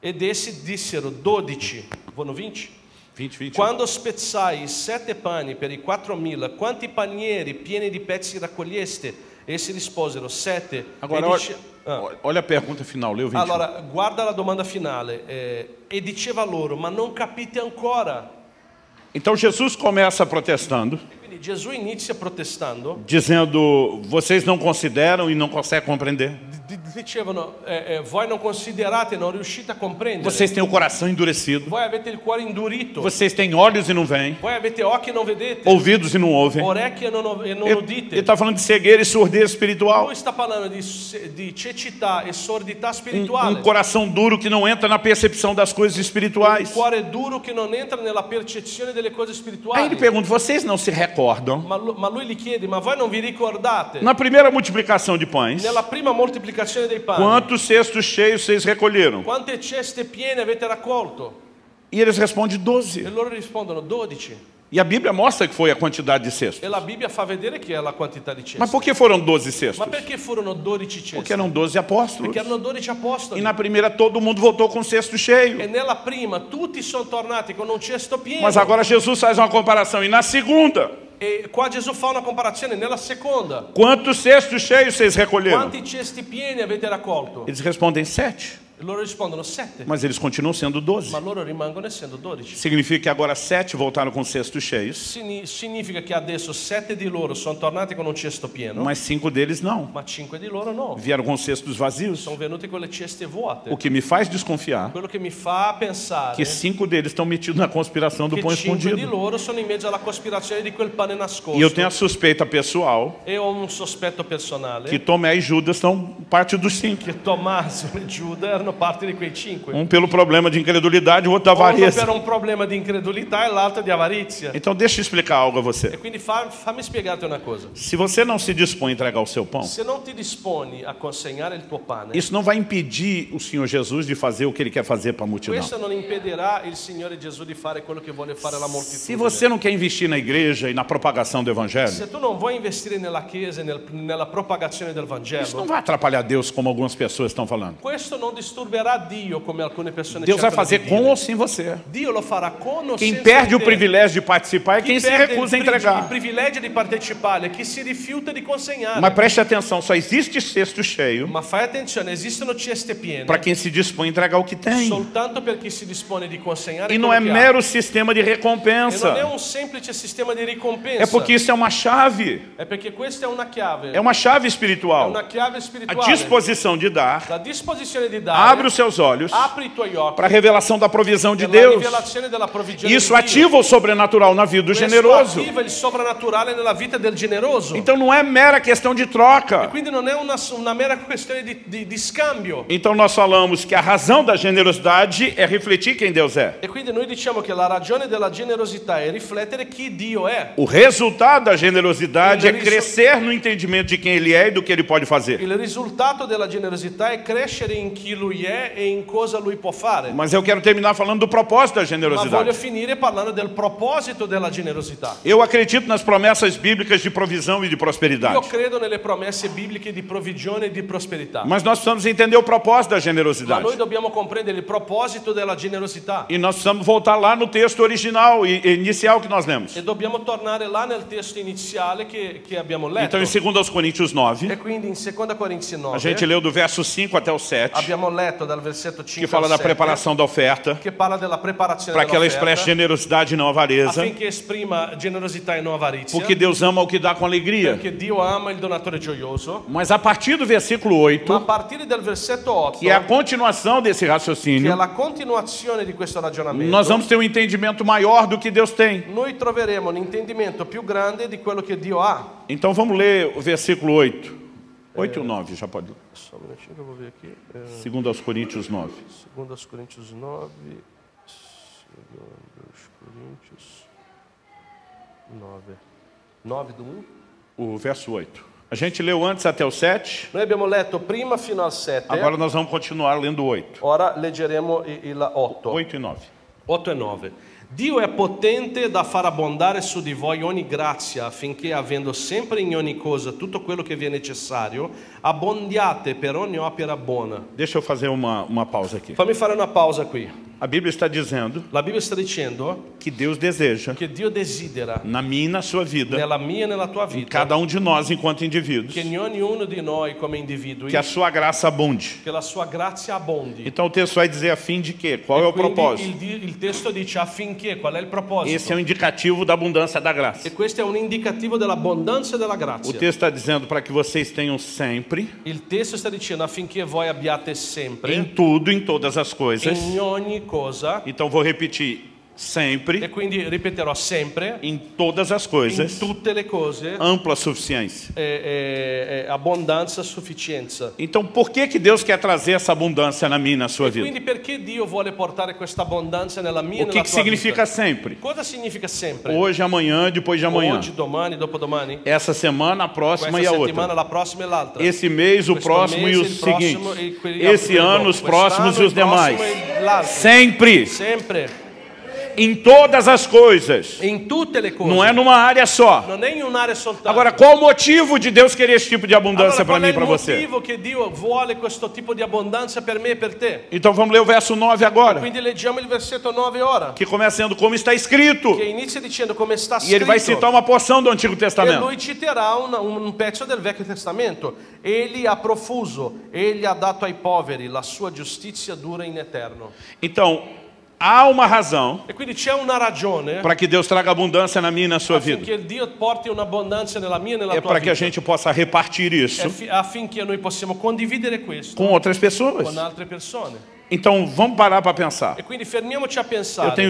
Ed essi dissero, dodici, vanno vinci? 20, 21. Quando spezzai sette pani per i quattromila, quanti panieri pieni di pezzi raccoglieste? Essi risposero sette. Agora, E olha, dice- Ah. olha a pergunta final, leu 21. Allora, guarda la domanda finale. eh, e diceva loro, ma non capite ancora? Então Jesus começa protestando, Quindi Gesù inizia protestando. dizendo: vocês não consideram e não conseguem compreender. Di- di- Dicevano, eh, eh, voi non considerate, non riuscite a comprendere. Vocês têm o coração endurecido. Voi avete il cuore indurito. Vocês têm olhos e não veem, Voi avete occhi e non vedete, ouvidos e não ouvem. orecchie e non, Oh, e non udite. Ele está falando de cegueira e surdez espiritual. Lui sta parlando di, se- di cecità e sordità spirituale. Um coração duro que não entra na percepção das coisas Un espirituais. cuore duro che non entra nella percezione delle cose Aí ele spirituali. pergunta: vocês não se recordam? Ma, lu- ma lui gli chiede, ma voi non vi ricordate? Na primeira multiplicação de pães, Nella prima moltiplicazione dei pani, quantos cestos cheios vocês recolheram? quante ceste piene avete raccolto? E eles respondem: E 12. loro rispondono 12. E a Bíblia mostra que foi a quantidade di E cestos. la Bibbia fa vedere che è la quantità di ceste. Mas por que foram 12 cestos? Ma perché furono 12 ceste? Porque eram 12 apóstolos. Perché erano 12 apostoli. E na primeira todo mundo voltou com o cesto cheio. E nella prima tutti sono tornati con un cesto pieno. Mas agora Jesus faz uma comparação. E na segunda, E qua Gesù fa una comparazione. Nella seconda, quantos cestos cheios vocês recolheram? quanti cesti pieni avete raccolto? Eles respondem sete. E loro rispondono 7. Mas eles continuam sendo 12. Ma loro rimangono essendo 12. Significa que agora sete voltaram com cestos cheios, Signi- significa che adesso 7 di loro sono tornati con un cesto pieno, mas cinco deles não. ma 5 di loro no. Vieram com cestos vazios. Sono venuti con le ceste O vuote. que me faz desconfiar Quello che mi fa pensare que cinco deles estão metidos na conspiração do pão che 5 di escondido. loro sono in mezzo alla cospirazione di quel pane E eu nascosto. tenho a suspeita pessoal E ho un sospetto personale que Tomé e Judas são parte dos cinco. che Tommaso e Giuda erano parte di quei 5. Um pelo problema de incredulidade, o outro da Uno avareza. per un problema di incredulità e l'altro di avarizia. Então deixa eu explicar algo a E você. quindi fa- fammi spiegarti una cosa. Se você não se dispõe a entregar o seu pão, Se non ti disponi a consegnare il tuo pane, isso não vai impedir o Senhor Jesus de fazer o que ele quer fazer para a multidão. Questo non impedirà il Signore Gesù di fare quello che vuole fare la Se moltitudine. você não quer investir na igreja e na propagação do evangelho, Se tu non vuoi investire nella Chiesa e nel- nella propagazione del isso não Vangelo, vai atrapalhar Deus, como algumas pessoas estão falando. questo non disturberà Dio é come alcune persone Deus vai cercano fazer di com dire. ou sem você. Dio lo farà con o Quem senza perde di o te. privilégio de participar é Chi quem se perde il recusa a privi- il entregar. privilegio di partecipare, chi si rifiuta di consegnare. Mas Ma, preste atenção, só existe cesto cheio fai attenzione, esistono ceste piene para quem se dispõe a entregar o que tem. soltanto per chi si dispone di consegnare E não quello é che ha. mero sistema de E non è recompensa. un semplice sistema É di ricompensa. É porque isso é uma chave, È perché questa è una chiave, é uma chave è espiritual. né? una chiave A spirituale. disposição de dar La disposizione di dare abre É os seus olhos apri i tuoi occhi para a revelação da provisão de per Deus. rivelazione della provvigione Isso di Dio. ativa o sobrenatural na vida do Questo generoso. attiva il sovrannaturale nella vita del generoso Então não é mera questão de troca. quindi non è una, una mera questione di, di- di scambio Então nós falamos que a razão da generosidade é refletir quem Deus é. e quindi noi diciamo che la ragione della generosità è riflettere chi Dio è O resultado da generosidade é Ele- crescer no entendimento de quem ele é e do que ele pode fazer. il risultato della generosità è crescere in chi lui è e in cosa lui può fare Mas eu quero terminar falando do propósito da ma voglio generosidade. finire parlando del proposito della generosità Eu acredito nas promessas bíblicas de provisão e de io prosperidade. credo nelle promesse bibliche di provvigione e di prosperità Mas nós precisamos entender o propósito da Ma noi generosidade. dobbiamo comprendere il proposito della generosità E nós precisamos voltar lá no texto original e e inicial que nós lemos. e dobbiamo tornare là nel testo iniziale che, che abbiamo letto. Então, em 2 Coríntios 9, E quindi in Seconda Corinzi a gente 9 leu do verso 5 até o 7, abbiamo letto dal versetto que 5 fala al da 7, preparação da oferta. che parla della preparazione para que ela expresse dell'offerta, generosidade e não avareza, affinché esprima generosità e non avarizia, porque Deus ama o que dá com alegria. perché Dio ama il donatore gioioso. Mas a partir do versículo Ma a 8, partire dal versetto 8, que é a continuação desse che è raciocínio, la continuazione di questo ragionamento, nós vamos ter um entendimento maior do que Deus tem. noi troveremo un intendimento più grande di quello che Dio ha. Então vamos ler o versículo 8. 8 ou 9, já pode. ler. Só un minutinho che eu vou ver aqui. Eh, Segundo aos Coríntios 9. Segundo aos Coríntios 9, segundo aos Coríntios 9. 9 do 1. O verso 8. A gente leu antes até o 7, Noi abbiamo letto prima fino al 7, agora nós vamos continuar lendo o 8. ora leggeremo i- il 8. 8 e 9. 8 e 9. Dio è potente da far abbondare su di voi ogni grazia affinché avendo sempre in ogni cosa tutto quello che vi è necessario, abbondiate per ogni opera buona. Deixa eu fazer uma, uma pausa aqui. Fammi fare una pausa qui. A Bíblia está dizendo La Bibbia sta dicendo que Deus deseja, che Dio desidera na minha e na sua vida, nella mia e nella tua vita cada um de nós enquanto indivíduos, che in ognuno di noi come individui que a sua graça abunde. che la sua grazia abbondi. Então o texto vai dizer a fim de quê? Qual é o Quindi propósito? il, di- il testo dice affinché, qual è il proposito? Esse é o indicativo da abundância da graça. E questo è un indicativo dell'abbondanza della O grazia. texto está dizendo para que vocês tenham sempre, Il testo sta dicendo affinché voi abbiate sempre em tudo, em todas as coisas. in ogni cosa, Então vou e repetir, sempre, quindi ripeterò sempre, em todas as in coisas, tutte le cose, ampla suficiência. eh, eh, eh, abbondanza, sufficienza. Então por que, que Deus quer trazer essa abundância na minha e na sua vida? Quindi perché Dio vuole portare questa abbondanza nella mia e O que, nella que tua significa vita? sempre? Cosa significa sempre? Hoje, amanhã, depois de amanhã. Oggi, domani, dopodomani? Essa semana, a próxima Questa e a outra. settimana, la prossima e l'altra. Esse mês, o Questo próximo e mese, os il prossimo seguintes. e quelli- Esse quelli dopo. ano, os Quest'anno, próximos e il os demais. prossimo e l'altro. Sempre. Sempre. Em todas as coisas. in tutte le cose. Não é numa área só. non è in un'area soltanto. Agora, qual o motivo de Deus querer esse tipo de Allora, abundância para qual mim è e il para você? motivo che Dio vuole questo tipo di abbondanza per me e per te? Então vamos ler o verso 9 agora, Quindi leggiamo il versetto 9 ora, que começa sendo como está escrito. che inizia dicendo come sta E ele vai citar scritto. uma porção do Antigo E Testamento. lui citerà un, un pezzo del Vecchio Testamento. Egli ha profuso, egli ha dato ai poveri, la sua giustizia dura in eterno. Então, há uma razão E quindi c'è una ragione para que Deus traga abundância na minha e na sua vida. affinché Dio porti un'abbondanza nella mia e nella Assim É tua para que a vita. gente possa repartir E isso affi- affinché noi possiamo condividere questo com outras pessoas. con altre persone. Então, vamos parar para pensar. E quindi fermiamoci a Eu tenho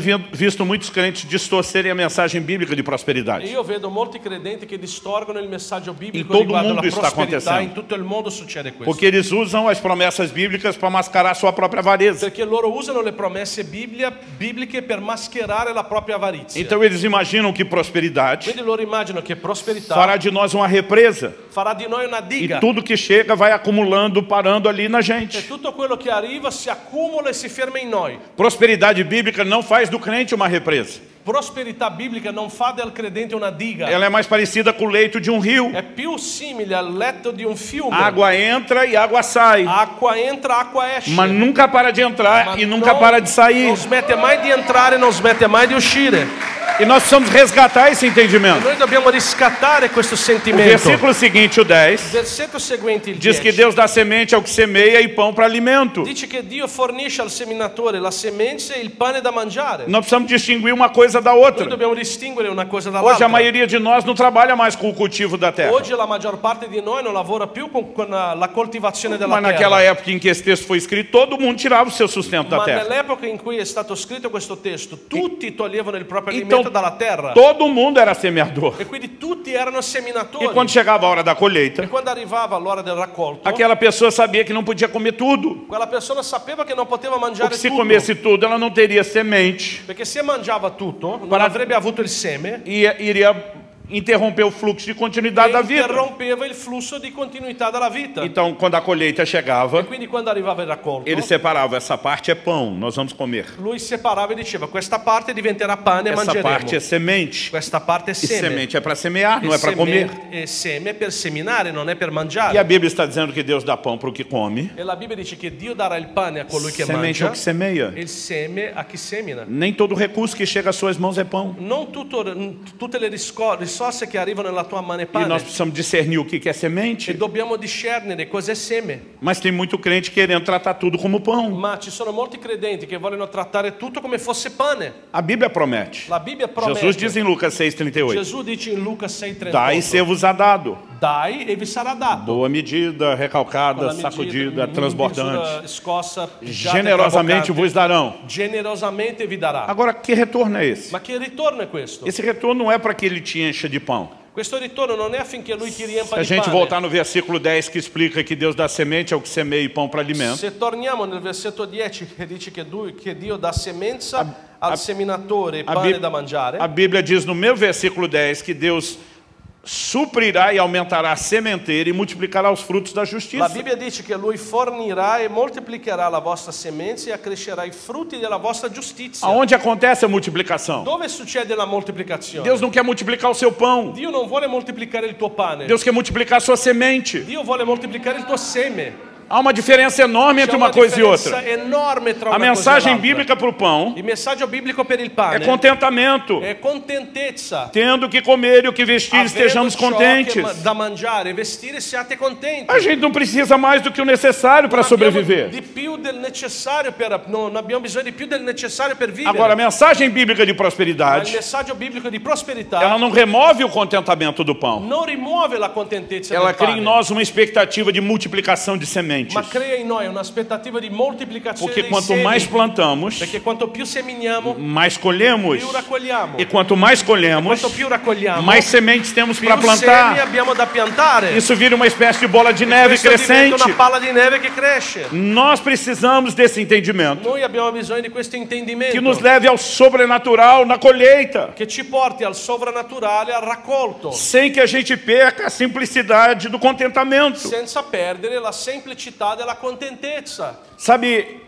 pensare. vi- visto muitos crentes distorcerem a mensagem bíblica de E prosperidade. Io vedo molti credenti che distorgono il messaggio biblico In todo riguardo alla mundo sta prosperità, acontecendo. in tutto il mondo succede questo. Porque eles usam as promessas bíblicas para mascarar sua própria avareza. Perché loro usano le promesse biblia- bibliche per mascherare la propria avarizia. Então, eles imaginam que prosperidade Quindi loro immaginano che prosperità farà, fará de nós uma represa. di noi una E diga. tudo que chega vai acumulando, parando ali na E gente. tutto quello che arriva si accumula e si ferma in noi. Prosperidade bíblica não faz do crente uma represa. Prosperità biblica non fa del credente una diga. Ela é mais parecida com o leito de um rio. È più simile al letto di un fiume. Água entra e água sai. Acqua entra, acqua esce. Mas nunca para de entrar e non- nunca para de sair. Non smette mai di entrare, non smette mai di uscire. E nós precisamos resgatar esse entendimento. Noi dobbiamo riscattare questo O sentimento. versículo seguinte, o 10, Versetto seguente, il diz que 10, Deus dá semente ao que semeia e pão para alimento. dice che Dio fornisce al seminatore la semenza e il pane da mangiare. Nós precisamos distinguir uma coisa da Noi outra. dobbiamo distinguere una cosa Hoje dall'altra. a maioria de nós não trabalha mais com o cultivo da terra. Oggi la maggior parte di noi non lavora più con, con eh, la la coltivazione della Mas é terra. naquela época em que esse texto foi escrito, todo mundo tirava o seu sustento da Ma terra. nell'epoca in cui è stato scritto questo testo, tutti toglievano il proprio Então, alimento dalla terra. todo mundo era semeador. E quindi tutti erano E seminatori. quando chegava a hora da E colheita, quando arrivava l'ora del raccolto, aquela pessoa sabia que não podia comer tudo. quella persona sapeva che non poteva mangiare Porque se tutto. comesse tudo, ela não teria semente Perché se mangiava tutto, non Guarda- avrebbe avuto il seme e iria interromper o fluxo de continuidade da e vida. interrompeva il flusso di continuità della vita. Então, quando a colheita chegava, Quindi quando arrivava il raccolto, ele separava: essa parte é pão, nós vamos comer. lui separava e diceva questa parte diventerà pane e Essa mangeremo. parte é semente. Questa parte è E seme. semente é para semear, não é para seme- comer. e seme è per seminare, non è per mangiare. E a Bíblia está dizendo que Deus dà pão para o que come, E la Bibbia dice che Dio darà il pane a colui che semente mangia ao que semeia. e il seme a chi semina. Nem todo recurso que chega às suas mãos é pão. Non tutto- tutte le risco- risorse che arrivano nella tua mano è E pane. nós precisamos discernir o que que é E semente. dobbiamo discernere cos'è seme. Mas tem muito crente querendo tratar tudo como pão. Ma ci sono molti credenti che vogliono trattare tutto come fosse pane. A Bíblia promete. é La Bibbia promette. Jesus diz em Lucas 6,38: Gesù dice in Luca Dai 6:38. ser-vos a dado. Dai e vi sarà dato. Boa medida, Con la recalcada, medida, sacudida, misura, transbordante. scossa, pigiata e Generosamente traboccante, vos darão. generosamente vi darà. Agora, que retorno é esse? Ma che ritorno è questo? Esse retorno não é para que ele te encha de pão. Questo ritorno non è affinché lui ti Se riempa a di gente pane. voltar no versículo 10 que explica que Deus dá semente ao que semeia e pão para alimento, Se torniamo nel versetto 10 che dice che, lui- che Dio dà semenza al seminatore e a, pane Bí- da mangiare, a Bíblia diz no meu versículo 10 que Deus suprirá e aumentará a sementeira e multiplicará os frutos da la justiça. Bibbia dice che lui fornirà e moltiplicherà la vostra semenza e accrescerà i frutti della vostra giustizia. Aonde acontece a multiplicação? Dove succede la moltiplicazione? Deus não quer multiplicar o seu pão. Dio non vuole moltiplicare il tuo pane. Deus quer multiplicar a sua semente. Dio vuole moltiplicare il tuo seme. Há uma diferença enorme C'è entre una uma coisa e differenza outra. enorme tra una A cosa e mensagem l'altra. bíblica para o pão Il messaggio biblico per il é pane contentamento. è contentezza. Tendo o que comer e o que vestir, Avendo estejamos ciò che ma- contentes. da mangiare e vestire siate contenti. A gente não precisa mais do que o necessário para Abbiamo sobreviver. Di più del necessario per no, non abbiamo bisogno di più del necessario per vivere. Agora, a mensagem bíblica de Ma il prosperidade, messaggio biblico di prosperità ela não remove o contentamento do pão. non rimuove la contentezza Ela del cria em pane, nós uma expectativa de multiplicação de sementes. ma crea in noi un'aspettativa di moltiplicazione Porque dei quanto semi, mais plantamos, perché quanto più seminiamo, mais colhemos. più raccogliamo. E quanto mais colhemos, Quanto più raccogliamo, mais sementes temos più para semi plantar. abbiamo da piantare. Isso vira uma espécie de bola de neve Questo diventa crescente. una palla di neve che cresce. Nós precisamos desse entendimento Noi abbiamo bisogno di questo que nos intendimento leve ao sobrenatural na colheita, che ci porti al sovrannaturale, al raccolto, sem que a gente perca a simplicidade do contentamento. senza perdere la semplicità della contentezza. Sabe,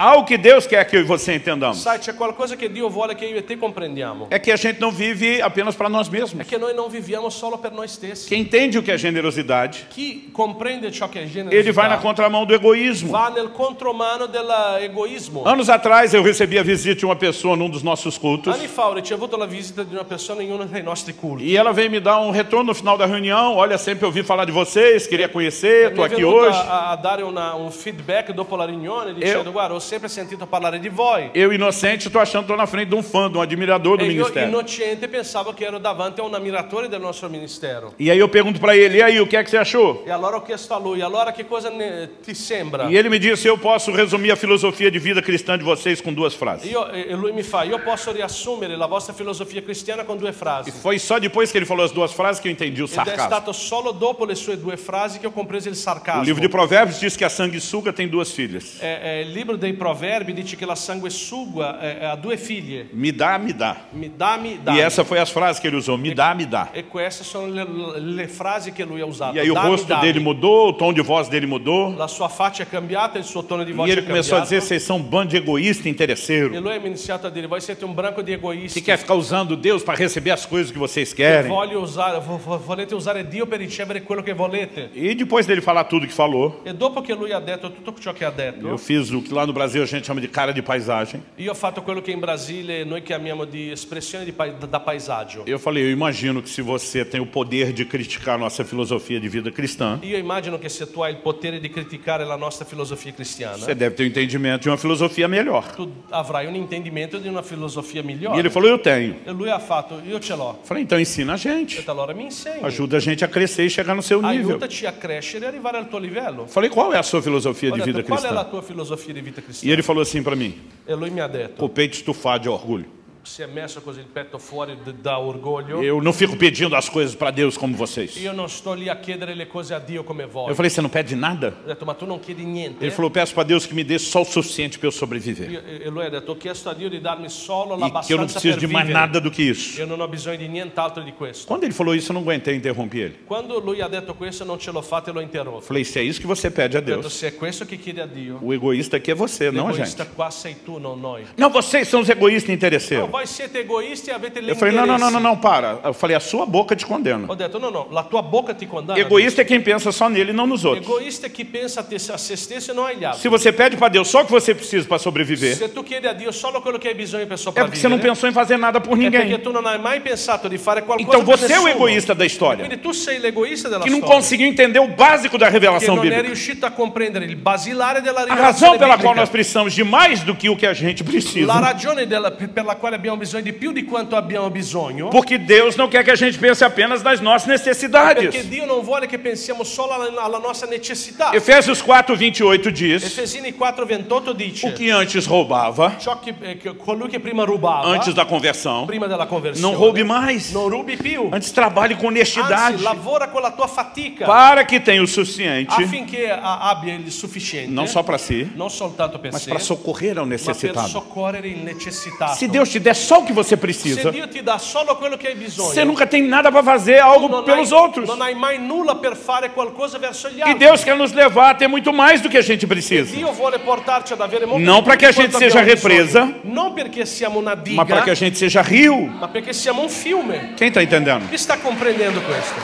Algo que Deus quer que eu e você entendamos Sai, c'è qualcosa che Dio vuole che io e te comprendiamo. é que a gente não vive apenas para nós È mesmos. che noi non viviamo solo per noi stessi. Quem entende o que é generosidade, Chi comprende ciò che è generosità ele vai na contramão do egoísmo. va nel contromano dell'egoismo. Anos atrás eu recebi a visita de uma pessoa num dos nossos cultos Anni fa ho ricevuto la visita di una persona in uno dei nostri culti. e ela veio me dar um retorno no final da reunião. Olha, sempre ouvi falar de vocês, queria conhecer, Mi estou è aqui venuta hoje. a, a dare una- un feedback dopo la riunione dicendo guarda ho sempre sentito parlare di voi. Eu, inocente, estou achando que estou na frente de um fã, de um admirador do E io ministério. innocente pensavo che ero davanti a un ammiratore del nostro ministero. E aí eu pergunto para ele, e aí, o que é que você achou? E allora ho chiesto a lui, allora che cosa ne- ti sembra? E ele me disse, eu posso resumir a filosofia de vida cristã de vocês com duas frases. Io- e e lui mi fa, io posso riassumere la vostra filosofia cristiana con due frasi. Foi só depois que ele falou as duas frases que eu entendi o Ed è sarcasmo. stato solo dopo le sue due frasi che ho compreso il O livro sarcasmo. de Provérbios diz que a sanguessuga tem duas filhas. Eh, eh, il libro dei proverbi dice che la sanguesuga eh, eh, ha due figlie. Me dá, me dá. Mi dammi, dammi. E essa foi as frases que ele usou, me dá, me dá. E queste sono le, le frasi che lui ha usato. E aí o Dammi, rosto dammi. dele mudou, o tom de voz dele mudou. La sua faccia è cambiata, il suo tono di E voce ele è começou a cambiato. dizer, vocês são um bando de egoísta e E interesseiro. lui ha iniziato a dire, voi siete un branco di egoisti. Que quer ficar usando Deus para receber as coisas que vocês querem. Voglio usare, vo- vo- volete usare Dio per ricevere quello che volete. E depois dele falar tudo que falou, E dopo che lui ha detto tutto ciò che ha detto, eu fiz o que lá no Brasil a gente chama de cara de paisagem. Io ho fatto quello che in Brasile noi chiamiamo di espressione di pa- da paesaggio. Eu falei, eu imagino que se você tem o poder de criticar a nossa filosofia de vida cristã, Io immagino che se tu hai il potere di criticare la nostra filosofia você cristiana, deve ter o entendimento de uma filosofia melhor. tu avrai un intendimento di una filosofia E ele migliore. falou, eu tenho. E lui ha fatto, io ce l'ho. Eu falei, então ensina a Ho gente. detto, allora mi insegni, Ajuda a gente a crescer e chegar no seu nível. aiutaci a crescere e arrivare al tuo livello. Eu falei, qual é a sua filosofia Ho de vida detto, qual é è la cristã? tua filosofia di vita E cristiana? ele falou assim para mim, E lui mi ha detto, com o peito estufado de orgulho. si è messo così il petto fuori d- da orgoglio, Eu não fico pedindo as coisas para Deus como vocês. io non sto lì a chiedere le cose a Dio come Eu voglio. falei, você não pede nada? Ho detto, ma tu non chiedi niente? Ele falou, peço para Deus que me dê só o suficiente para eu Io- sobreviver. E lui ha detto, ho chiesto a Dio di darmi solo E que eu não l'abbastanza preciso per de mais vivere. nada do que isso. Io non ho bisogno di nient'altro di questo. Quando ele falou isso, eu não aguentei interromper ele. Quando lui ha detto questo non ce l'ho fatta e l'ho interrotto. Falei, se é isso que você pede a Ho detto, Deus, se è questo che chiedi a Dio, o egoísta aqui é você, não a gente. l'egoista qua sei tu, non noi. Não, vocês são os egoístas e No, interesseiros. voi siete egoisti e avete Eu falei, não, não, não, l'interesse. não, não, para. Eu falei, a sua boca te Ho condena. detto, no, no, la tua bocca ti condanna. Egoísta é quem pensa só nele e não nos outros. Egoista è chi pensa a, te, a se stesso e non agli altri. Se você pede para Deus só o que você precisa para sobreviver, Se tu chiedi a Dio solo quello che hai bisogno per é porque sopravvivere, você não pensou em fazer nada por è perché ninguém. tu non hai mai pensato di fare qualcosa Então per É você é o nessuno. egoísta da história, Quindi tu sei l'egoista della que não storia. conseguiu entender o básico da che revelação non è bíblica. riuscito a comprendere il basilare della A rivelazione razão pela qual biblica. nós precisamos de mais do que o que a gente La precisa. ragione della- per per la quale abbiamo bisogno di più di quanto abbiamo bisogno Porque Deus não quer que a gente pense apenas nas nossas perché necessidades. Dio non vuole che pensiamo solo alla, alla nostra necessità. Efésios 4, 28 diz: Efesini 4:28 O dice que antes roubava, ciò che, eh, che- colui che prima rubava antes da conversão, prima della conversione não roube mais. non rubi più. Antes trabalhe com honestidade Anzi, lavora con la tua fatica para que tenha o suficiente, affinché a- abbia il sufficiente não só para si, non soltanto per mas sé, para socorrer ao ma per necessitado. soccorrere il necessitato. Se Deus te der só o que você Se precisa, Dio ti dà solo quello che hai bisogno, você nunca tem nada para fazer, algo non pelos hai, outros. non hai mai nulla per fare qualcosa verso gli E altri. Deus quer nos levar a ter muito mais do que a gente precisa, Dio vuole portarci ad avere molto Non più di perché a gente quanto seja abbiamo represa. bisogno. non perché siamo una diga, mas para que a gente seja rio. ma perché siamo un fiume. Quem está entendendo? Chi sta comprendendo questo?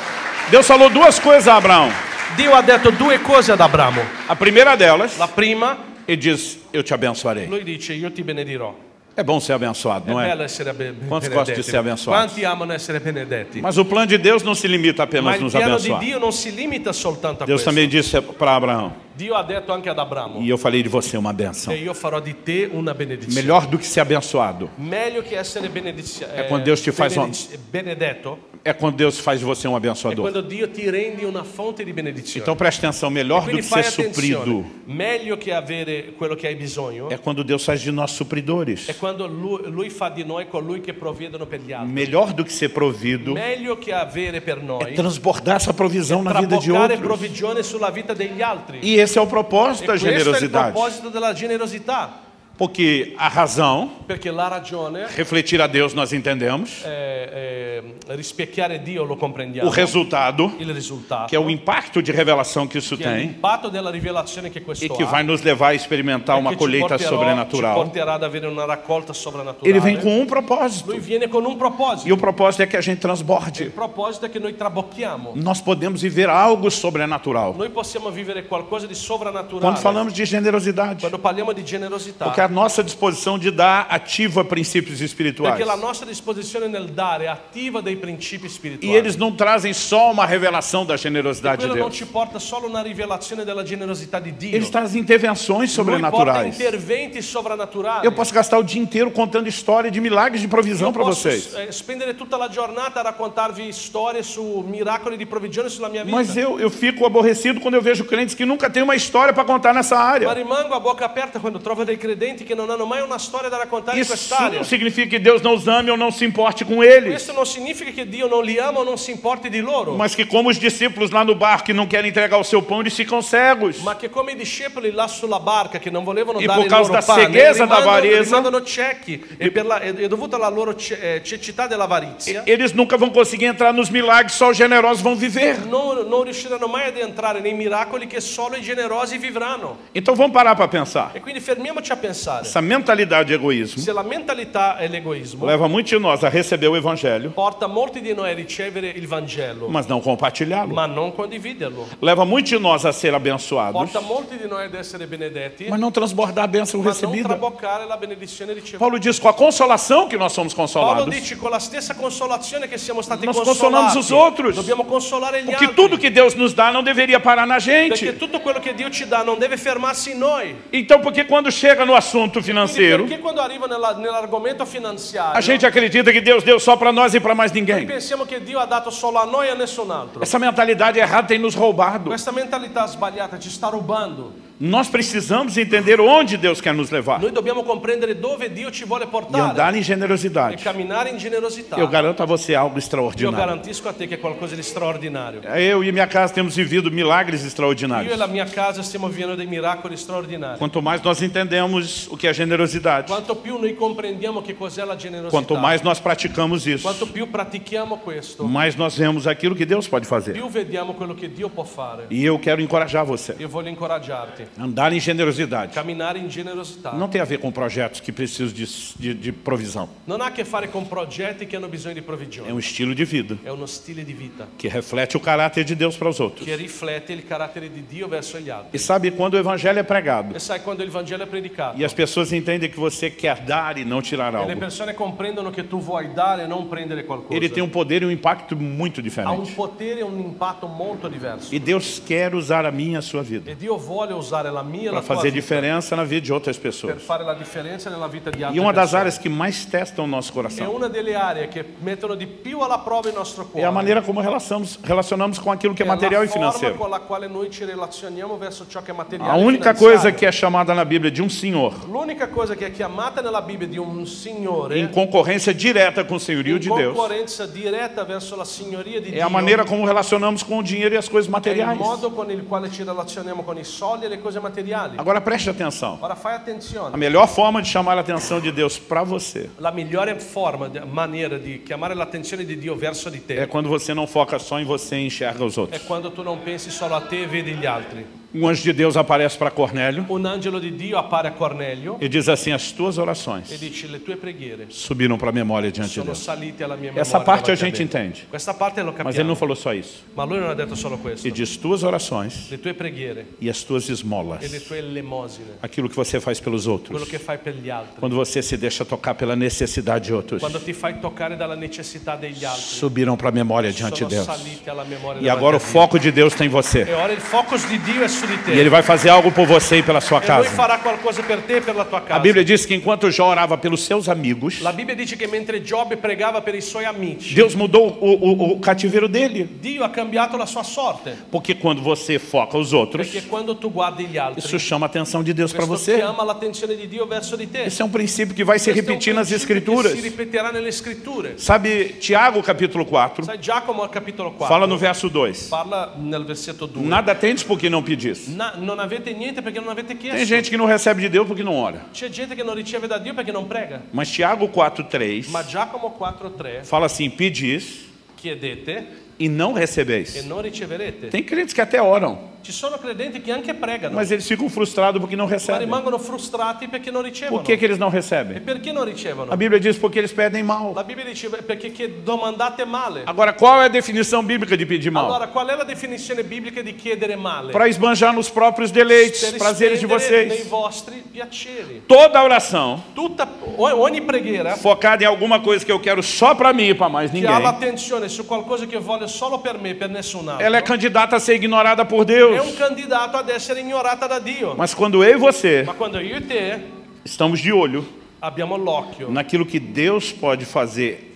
Deus falou duas coisas a Abraão. Dio ha detto due cose ad Abramo. A primeira delas, La prima, ele diz: Eu te abençoarei. lui dice io ti benedirò. É bom ser abençoado, não È é? bello essere be- Quanti benedetti. costano di essere abençoati? Quanti amano essere benedetti? Mas o plano de Deus não se limita Ma apenas a il nos piano di abençoar. Dio non si limita soltanto a Deus questo. também disse para Abraão: Dio ha detto anche ad Abramo E eu falei de você uma benção. e io farò di te una benedizione. Melhor do que ser abençoado Meglio che essere benedizio- eh, quando Deus ti fa benediz- benedetto é quando Deus faz de você um è abençoador. quando Dio ti rende una fonte di benedizione. Então preste atenção: melhor do Quindi que fai ser attenzione. suprido Meglio che avere quello che hai bisogno é quando Deus faz de nós supridores. è quando lui, lui fa di noi colui che provvedono per gli altri. Melhor do que ser provido Meglio che avere per é noi transbordar essa provisão na vida de traboccare outros. provvigione sulla vita degli altri. E esse é o propósito da e questo è il generosidade. proposito della generosità, Porque a razão, perché la ragione refletir a Deus, nós entendemos. eh, eh, eh, rispecchiare Dio lo O comprendiamo. resultado, Il risultato, que é o impacto de revelação que isso che è tem l'impatto della rivelazione che questo eh? e que ha, vai nos levar a experimentar è uma che colheita ci, porterò- ci sobrenatural. porterà ad avere una raccolta sovrannaturale. Ele vem com um propósito. Lui viene con un proposito. E o propósito é que a gente Il transborde. proposito è che noi trabocchiamo. Nós podemos viver algo sobrenatural. Noi possiamo vivere qualcosa di Quando sovrannaturale. falamos de generosidade, Quando parliamo di generosità, porque a nossa disposição de dar ativa princípios espirituais. perché la nostra disposizione nel dare è attiva dei principi E spirituali. eles não trazem só uma revelação da generosidade de Quello non Deus. ci porta solo una rivelazione della generosità di Dio. Eles trazem intervenções Lui porta sobrenaturais. interventi sovrannaturali. Eu posso gastar o dia inteiro contando história de milagres de provisão Io para posso, vocês. eh, spendere tutta la giornata a raccontarvi storie su miracoli di provvigione sulla mia vita. Mas eu, eu fico aborrecido quando eu vejo crentes que nunca têm uma história para contar nessa Ma área. rimango a bocca aperta quando trovo dei credenti che non hanno mai una storia da raccontare in Isso quest'area. não significa que Deus não os ame ou não se importe com eles. Questo non significa che Dio non li ama o non si importi di loro, ma, Mas que como os discípulos lá no barco que não querem entregar o seu pão, eles ficam cegos. che come i discepoli là sulla barca che non volevano E dare por il causa loro da pane, ceguezza, da rimangono, avarezza. rimangono ciechi e, per la, e, e dovuta alla loro ce- eh, cecità dell'avarizia Eles nunca vão conseguir entrar nos milagres, só os generosos vão viver. non, non riusciranno mai ad entrare nei miracoli che solo i generosi vivranno. Então vamos parar para pensar. E quindi fermiamoci a pensare, Essa mentalidade de egoísmo se la mentalità è l'egoismo, leva muitos de nós a receber o evangelho, porta molti di noi a ricevere il Vangelo, mas não compartilhá-lo. ma non condividerlo. Leva muitos de nós a ser abençoados, Porta molti di noi ad essere benedetti, mas não transbordar a bênção ma non recebida. traboccare la benedizione ricevuta. Paulo diz com a consolação que nós somos Paolo consolados, dice con la stessa consolazione che siamo stati Nós consolati, consolamos os outros. dobbiamo consolare gli porque altri. tudo que Deus nos dá não deveria parar na Perché gente. tutto quello che Dio ci dà non deve fermarsi in noi. Então, porque quando chega no assunto financeiro, Perché quando arriva nella- nell'argomento finanziario a gente acredita que Deus deu só para nós e para mais ninguém. pensiamo che Dio ha dato solo a noi e a nessun altro. Essa mentalidade errada tem nos roubado. Questa mentalità sbagliata ci sta rubando. Nós precisamos entender onde Deus quer nos levar Noi dobbiamo comprendere dove Dio ci vuole e portare andar em e generosidade. camminare in generosità. Eu garanto a você algo Io extraordinário. É, garantisco a te che è qualcosa di straordinario. Eu e minha casa temos vivido milagres Io e extraordinários. la mia casa stiamo vivendo dei miracoli straordinari. Quanto mais nós entendemos o que é generosidade, Quanto più noi comprendiamo che cos'è la generosità, quanto mais nós praticamos isso, quanto più pratichiamo questo, mais nós vemos aquilo que Deus pode fazer. più vediamo quello che Dio può fare. E eu quero encorajar você. Io voglio incoraggiarti, Andar em generosidade camminare in generosità. não tem a ver com projetos que precisam de, de, de provisão. Non ha a che fare con progetti che hanno bisogno di É provvigione. um estilo de vida È uno stile di vita que reflete o caráter de Deus para os outros. che riflette il carattere di Dio verso gli altri. E sabe quando o evangelho é pregado E sai quando il Vangelo è predicato e as pessoas entendem que você quer dar e não tirar e le algo, persone comprendono che tu vuoi dare e non prendere qualcosa, ele tem um poder e um impacto muito ha un diferente. potere e un impatto molto diverso. E Deus quer usar a minha e a sua vida E Dio vuole usare la mia e la para é tua fazer vita diferença na vida de outras per pessoas. fare la differenza nella vita di E altri. uma das áreas que mais testam o nosso È coração una delle aree che mettono di più alla prova il nostro cuore. é a maneira como relacionamos, relacionamos com aquilo que È é material la e forma financeiro. con la quale noi ci relazioniamo verso ciò che è materiale. A e única finanziario. coisa que é chamada na Bíblia de um senhor L'unica cosa che è chiamata nella Bibbia di un signore em concorrência direta com o senhorio in de Deus concorrenza diretta verso la signoria di é Dio a maneira como relacionamos com o dinheiro e as coisas è il materiais. É modo con il quale ci relazioniamo con i soldi e le cose materiali. Agora preste atenção. Ora fai A attenzione. melhor forma de chamar a atenção de Deus para você La migliore forma, maniera di chiamare l'attenzione di Dio verso di te é quando você não foca só em você e enxerga os è outros. quando tu non pensi solo a te e vedi gli altri. Um anjo de Deus aparece para Cornélio Un angelo di Dio appare a Cornelio e diz assim: As tuas e orações dice le tue preghiere subiram para a memória diante de sono Deus. salite alla mia memoria. Essa parte a davanti gente a me. entende, Questa parte lo mas ele capiamo. não falou só isso. Ma lui non ha detto solo questo. Ele diz: Tuas orações Le tue preghiere e as tuas e le esmolas, tue elemosine, aquilo que você faz pelos quello outros, che fai per gli altri. quando você se deixa tocar pela necessidade de outros, quando ti fai toccare dalla necessità degli altri subiram para a memória diante sono de Deus. saliti alla memoria E davanti agora a o Dio. foco de Deus tem e você. ora il focus di Dio è su di te E ele vai fazer algo por você e pela sua e lui casa. farà qualcosa per te e per la tua casa A Bíblia diz que enquanto Jó orava pelos seus amigos, la Bibbia dice che mentre Giobbe pregava per i suoi amici Deus mudou o, o- o cativeiro dele. Dio ha cambiato la sua sorte Porque quando você foca os outros, perché quando tu guardi gli altri isso chama a atenção de Deus para questo você. chiama l'attenzione di Dio verso di te Esse é um princípio que vai se Questo è un repetir nas principio che Escrituras. si ripeterà nelle scritture Sabe, Tiago capítulo 4, sai Giacomo al capitolo 4 fala no verso 2. parla nel versetto 2 Nada tendes porque não pedis. isso. Na- non avete niente perché non avete Tem chiesto. gente que não recebe de Deus porque não ora. C'è gente che non riceve da Dio perché non prega. Mas Tiago 4,3 Ma Giacomo 4,3 fala assim: pedis chiedete e não e recebeis. non riceverete. Tem crentes que até oram, Ci sono credenti che anche pregano, mas eles ficam frustrados porque não ma recebem. rimangono frustrati perché non ricevono. Por que, que eles não E recebem? perché non A ricevono? Bíblia diz porque eles pedem mal. La Bibbia dice perché che domandate male. Agora, qual é a definição bíblica de pedir mal? Allora, qual è la definizione biblica di chiedere male? Para esbanjar nos próprios deleites, Per prazeres de spendere nei vocês. vostri piaceri. Toda oração é Tutta, o- ogni preghiera focada em alguma coisa que eu quero só para mim e para mais che ninguém, ha l'attenzione su qualcosa che voglio solo per me, per nessun altro, ela é candidata a ser ignorada è por un Deus. candidato ad essere ignorata da Dio. Mas quando eu e você Ma quando io e te estamos de olho abbiamo l'occhio naquilo que Deus pode fazer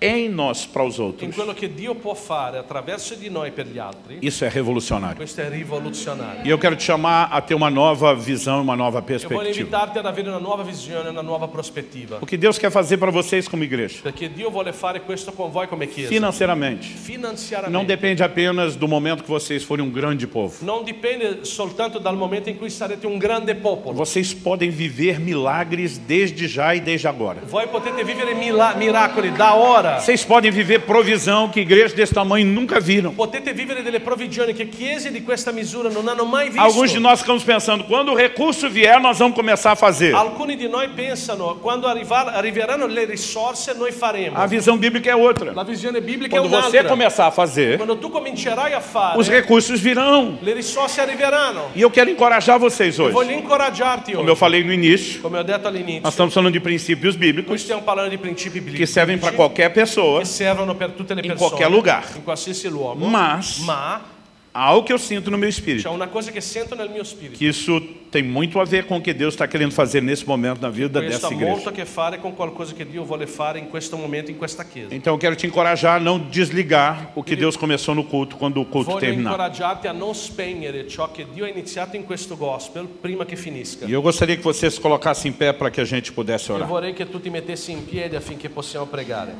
em nós para os in outros, quello che Dio può fare attraverso di noi per gli altri, isso é revolucionário. questo è rivoluzionario. E eu quero te chamar a ter uma nova visão, e uma nova Io voglio perspectiva. invitarti ad avere una nuova visione, una nuova prospettiva, O que Deus quer fazer para vocês como igreja, perché Dio vuole fare questo con voi come Chiesa. financeiramente, não Finanziariamente. depende apenas do momento que vocês forem um grande povo. Non dipende soltanto dal momento in cui sarete un grande popolo. Vocês podem viver milagres desde já e desde agora. Voi potete vivere mila- miracoli da ora. Vocês podem viver provisão que igrejas desse tamanho nunca viram. Potete vivere delle provvigioni che chiese di questa misura non hanno mai visto. Alguns de nós ficamos pensando, quando o recurso vier, nós vamos começar a fazer. Alcuni di noi pensano quando arrivar- arriveranno le risorse noi faremo. A visão bíblica é outra. La visione biblica Quando è você un'altra. começar a fazer, Quando tu comincerai a fare, os recursos virão. le risorse arriveranno. E eu quero encorajar vocês Voglio hoje. incoraggiarti Como eu oggi. falei no início, Come ho detto all'inizio, nós estamos falando de princípios noi bíblicos stiamo parlando di principi biblici que servem para qualquer pessoa. che servono per tutte le in persone, qualche lugar. in qualsiasi luogo. Mas- ma Há algo que eu sinto no meu c'è espírito, una cosa che sento nel mio spirito. que isso tem muito a ver com o que Deus está querendo fazer nesse momento na vida Questo dessa ha igreja. molto a che fare con qualcosa che Dio vuole fare in questo momento in questa chiesa. Então eu quero te encorajar a não desligar o que Deus começou no culto quando o culto Voglio terminar. incoraggiarti a non spegnere ciò che Dio ha iniziato in questo gospel prima che finisca. E eu gostaria que você se colocasse em pé para que a gente pudesse Io orar. vorrei che tu ti mettessi in piedi affinché possiamo pregare.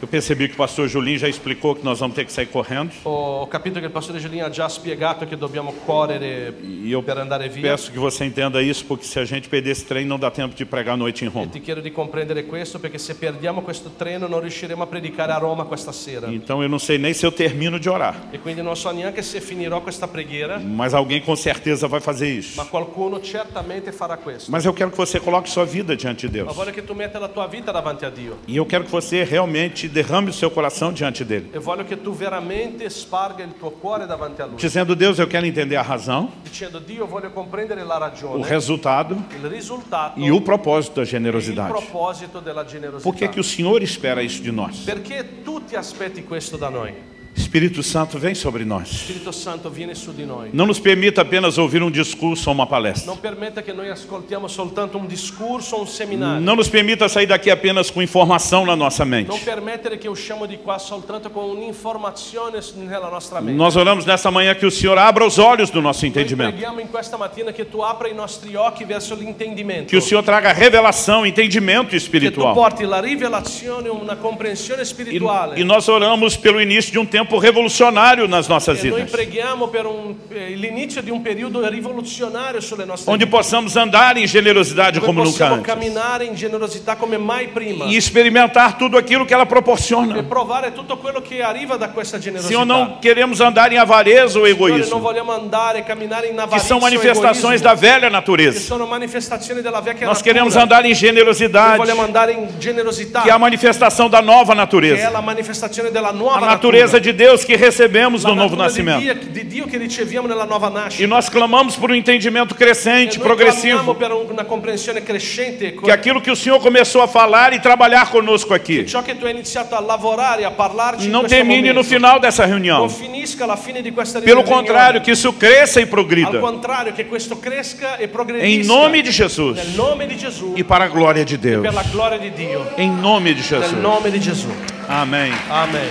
Eu percebi que o pastor Julinho já explicou que nós vamos ter que sair correndo. Ho capito che il pastore Giulino ha già spiegato che dobbiamo correre E eu per andare via. peço que você entenda isso, porque se a gente perder esse trem, não dá tempo de pregar a noite em Roma. Ti chiedo di comprendere questo perché se perdiamo questo treno non riusciremo a predicare a Roma questa sera. Então eu não sei nem se eu termino de orar, E quindi non so neanche se finirò questa preghiera, mas alguém com certeza vai fazer ma isso. qualcuno certamente farà questo. Mas eu quero que você coloque sua vida diante de Ma Deus. voglio che tu metta la tua vita davanti a Dio. E eu quero que você realmente derrame o seu coração diante dele, E voglio che tu veramente sparga il tuo cuore davanti a lui, dizendo: Deus, eu quero entender a razão, dicendo Dio voglio comprendere la o ragione, resultado il risultato e o propósito da e il generosidade. proposito della Por que, é generosità. que o Senhor espera isso de nós? Perché tu ti aspetti questo da noi? Espírito Santo, vem sobre nós. Spirito Santo viene su di noi. Não nos permita apenas ouvir um discurso ou uma palestra. Non permetta che noi ascoltiamo soltanto un discorso o un seminario. Não nos permita sair daqui apenas com informação na nossa Non mente. permettere che usciamo di qua soltanto con un'informazione s- nella nostra mente. Nós oramos nessa manhã que o Senhor abra os olhos do nosso Noi entendimento. preghiamo in questa mattina che tu apra i nostri occhi verso l'intendimento. Que o Senhor traga revelação, entendimento che tu espiritual. porti la rivelazione, una comprensione E, spirituale. e nós oramos pelo início de um tempo revolucionário nas nossas E noi vidas. preghiamo per un- eh, l'inizio di un periodo rivoluzionario sulle nostre Onde vite, possamos andar em generosidade dove como nunca possiamo antes. camminare in generosità come mai é prima E experimentar tudo aquilo que ela e é proporciona. provare tutto quello che arriva da questa generosità. Senhor, não queremos andar em avareza ou Signore, non egoísmo, vogliamo andare e camminare in que avarizia são o manifestações egoismo, da velha che natureza. sono manifestazioni della vecchia Nós natura. queremos andar em Noi generosidade, vogliamo andare in generosità, que é a manifestação da che nova è natureza. é la manifestazione della nuova a natureza natura, de Deus que recebemos no la novo natura di nascimento. Dio- di Dio che riceviamo nella nuova nascita. E nós clamamos por um entendimento E crescente, noi clamiamo progressivo, per una comprensione crescente que con aquilo que o Senhor começou a falar e trabalhar conosco aqui ciò che tu hai iniziato a lavorare, a parlarci in não questo termine no momento. final dessa Non reunião. finisca alla fine di questa Pelo riunione. contrário, que isso cresça e Al progrida. contrario, che questo cresca e Em progredisca. nome de Jesus Nel nome di Gesù e para a glória de Deus. per la gloria di Dio. Em nome de Jesus. Nel nome di Gesù. Amém. Amen.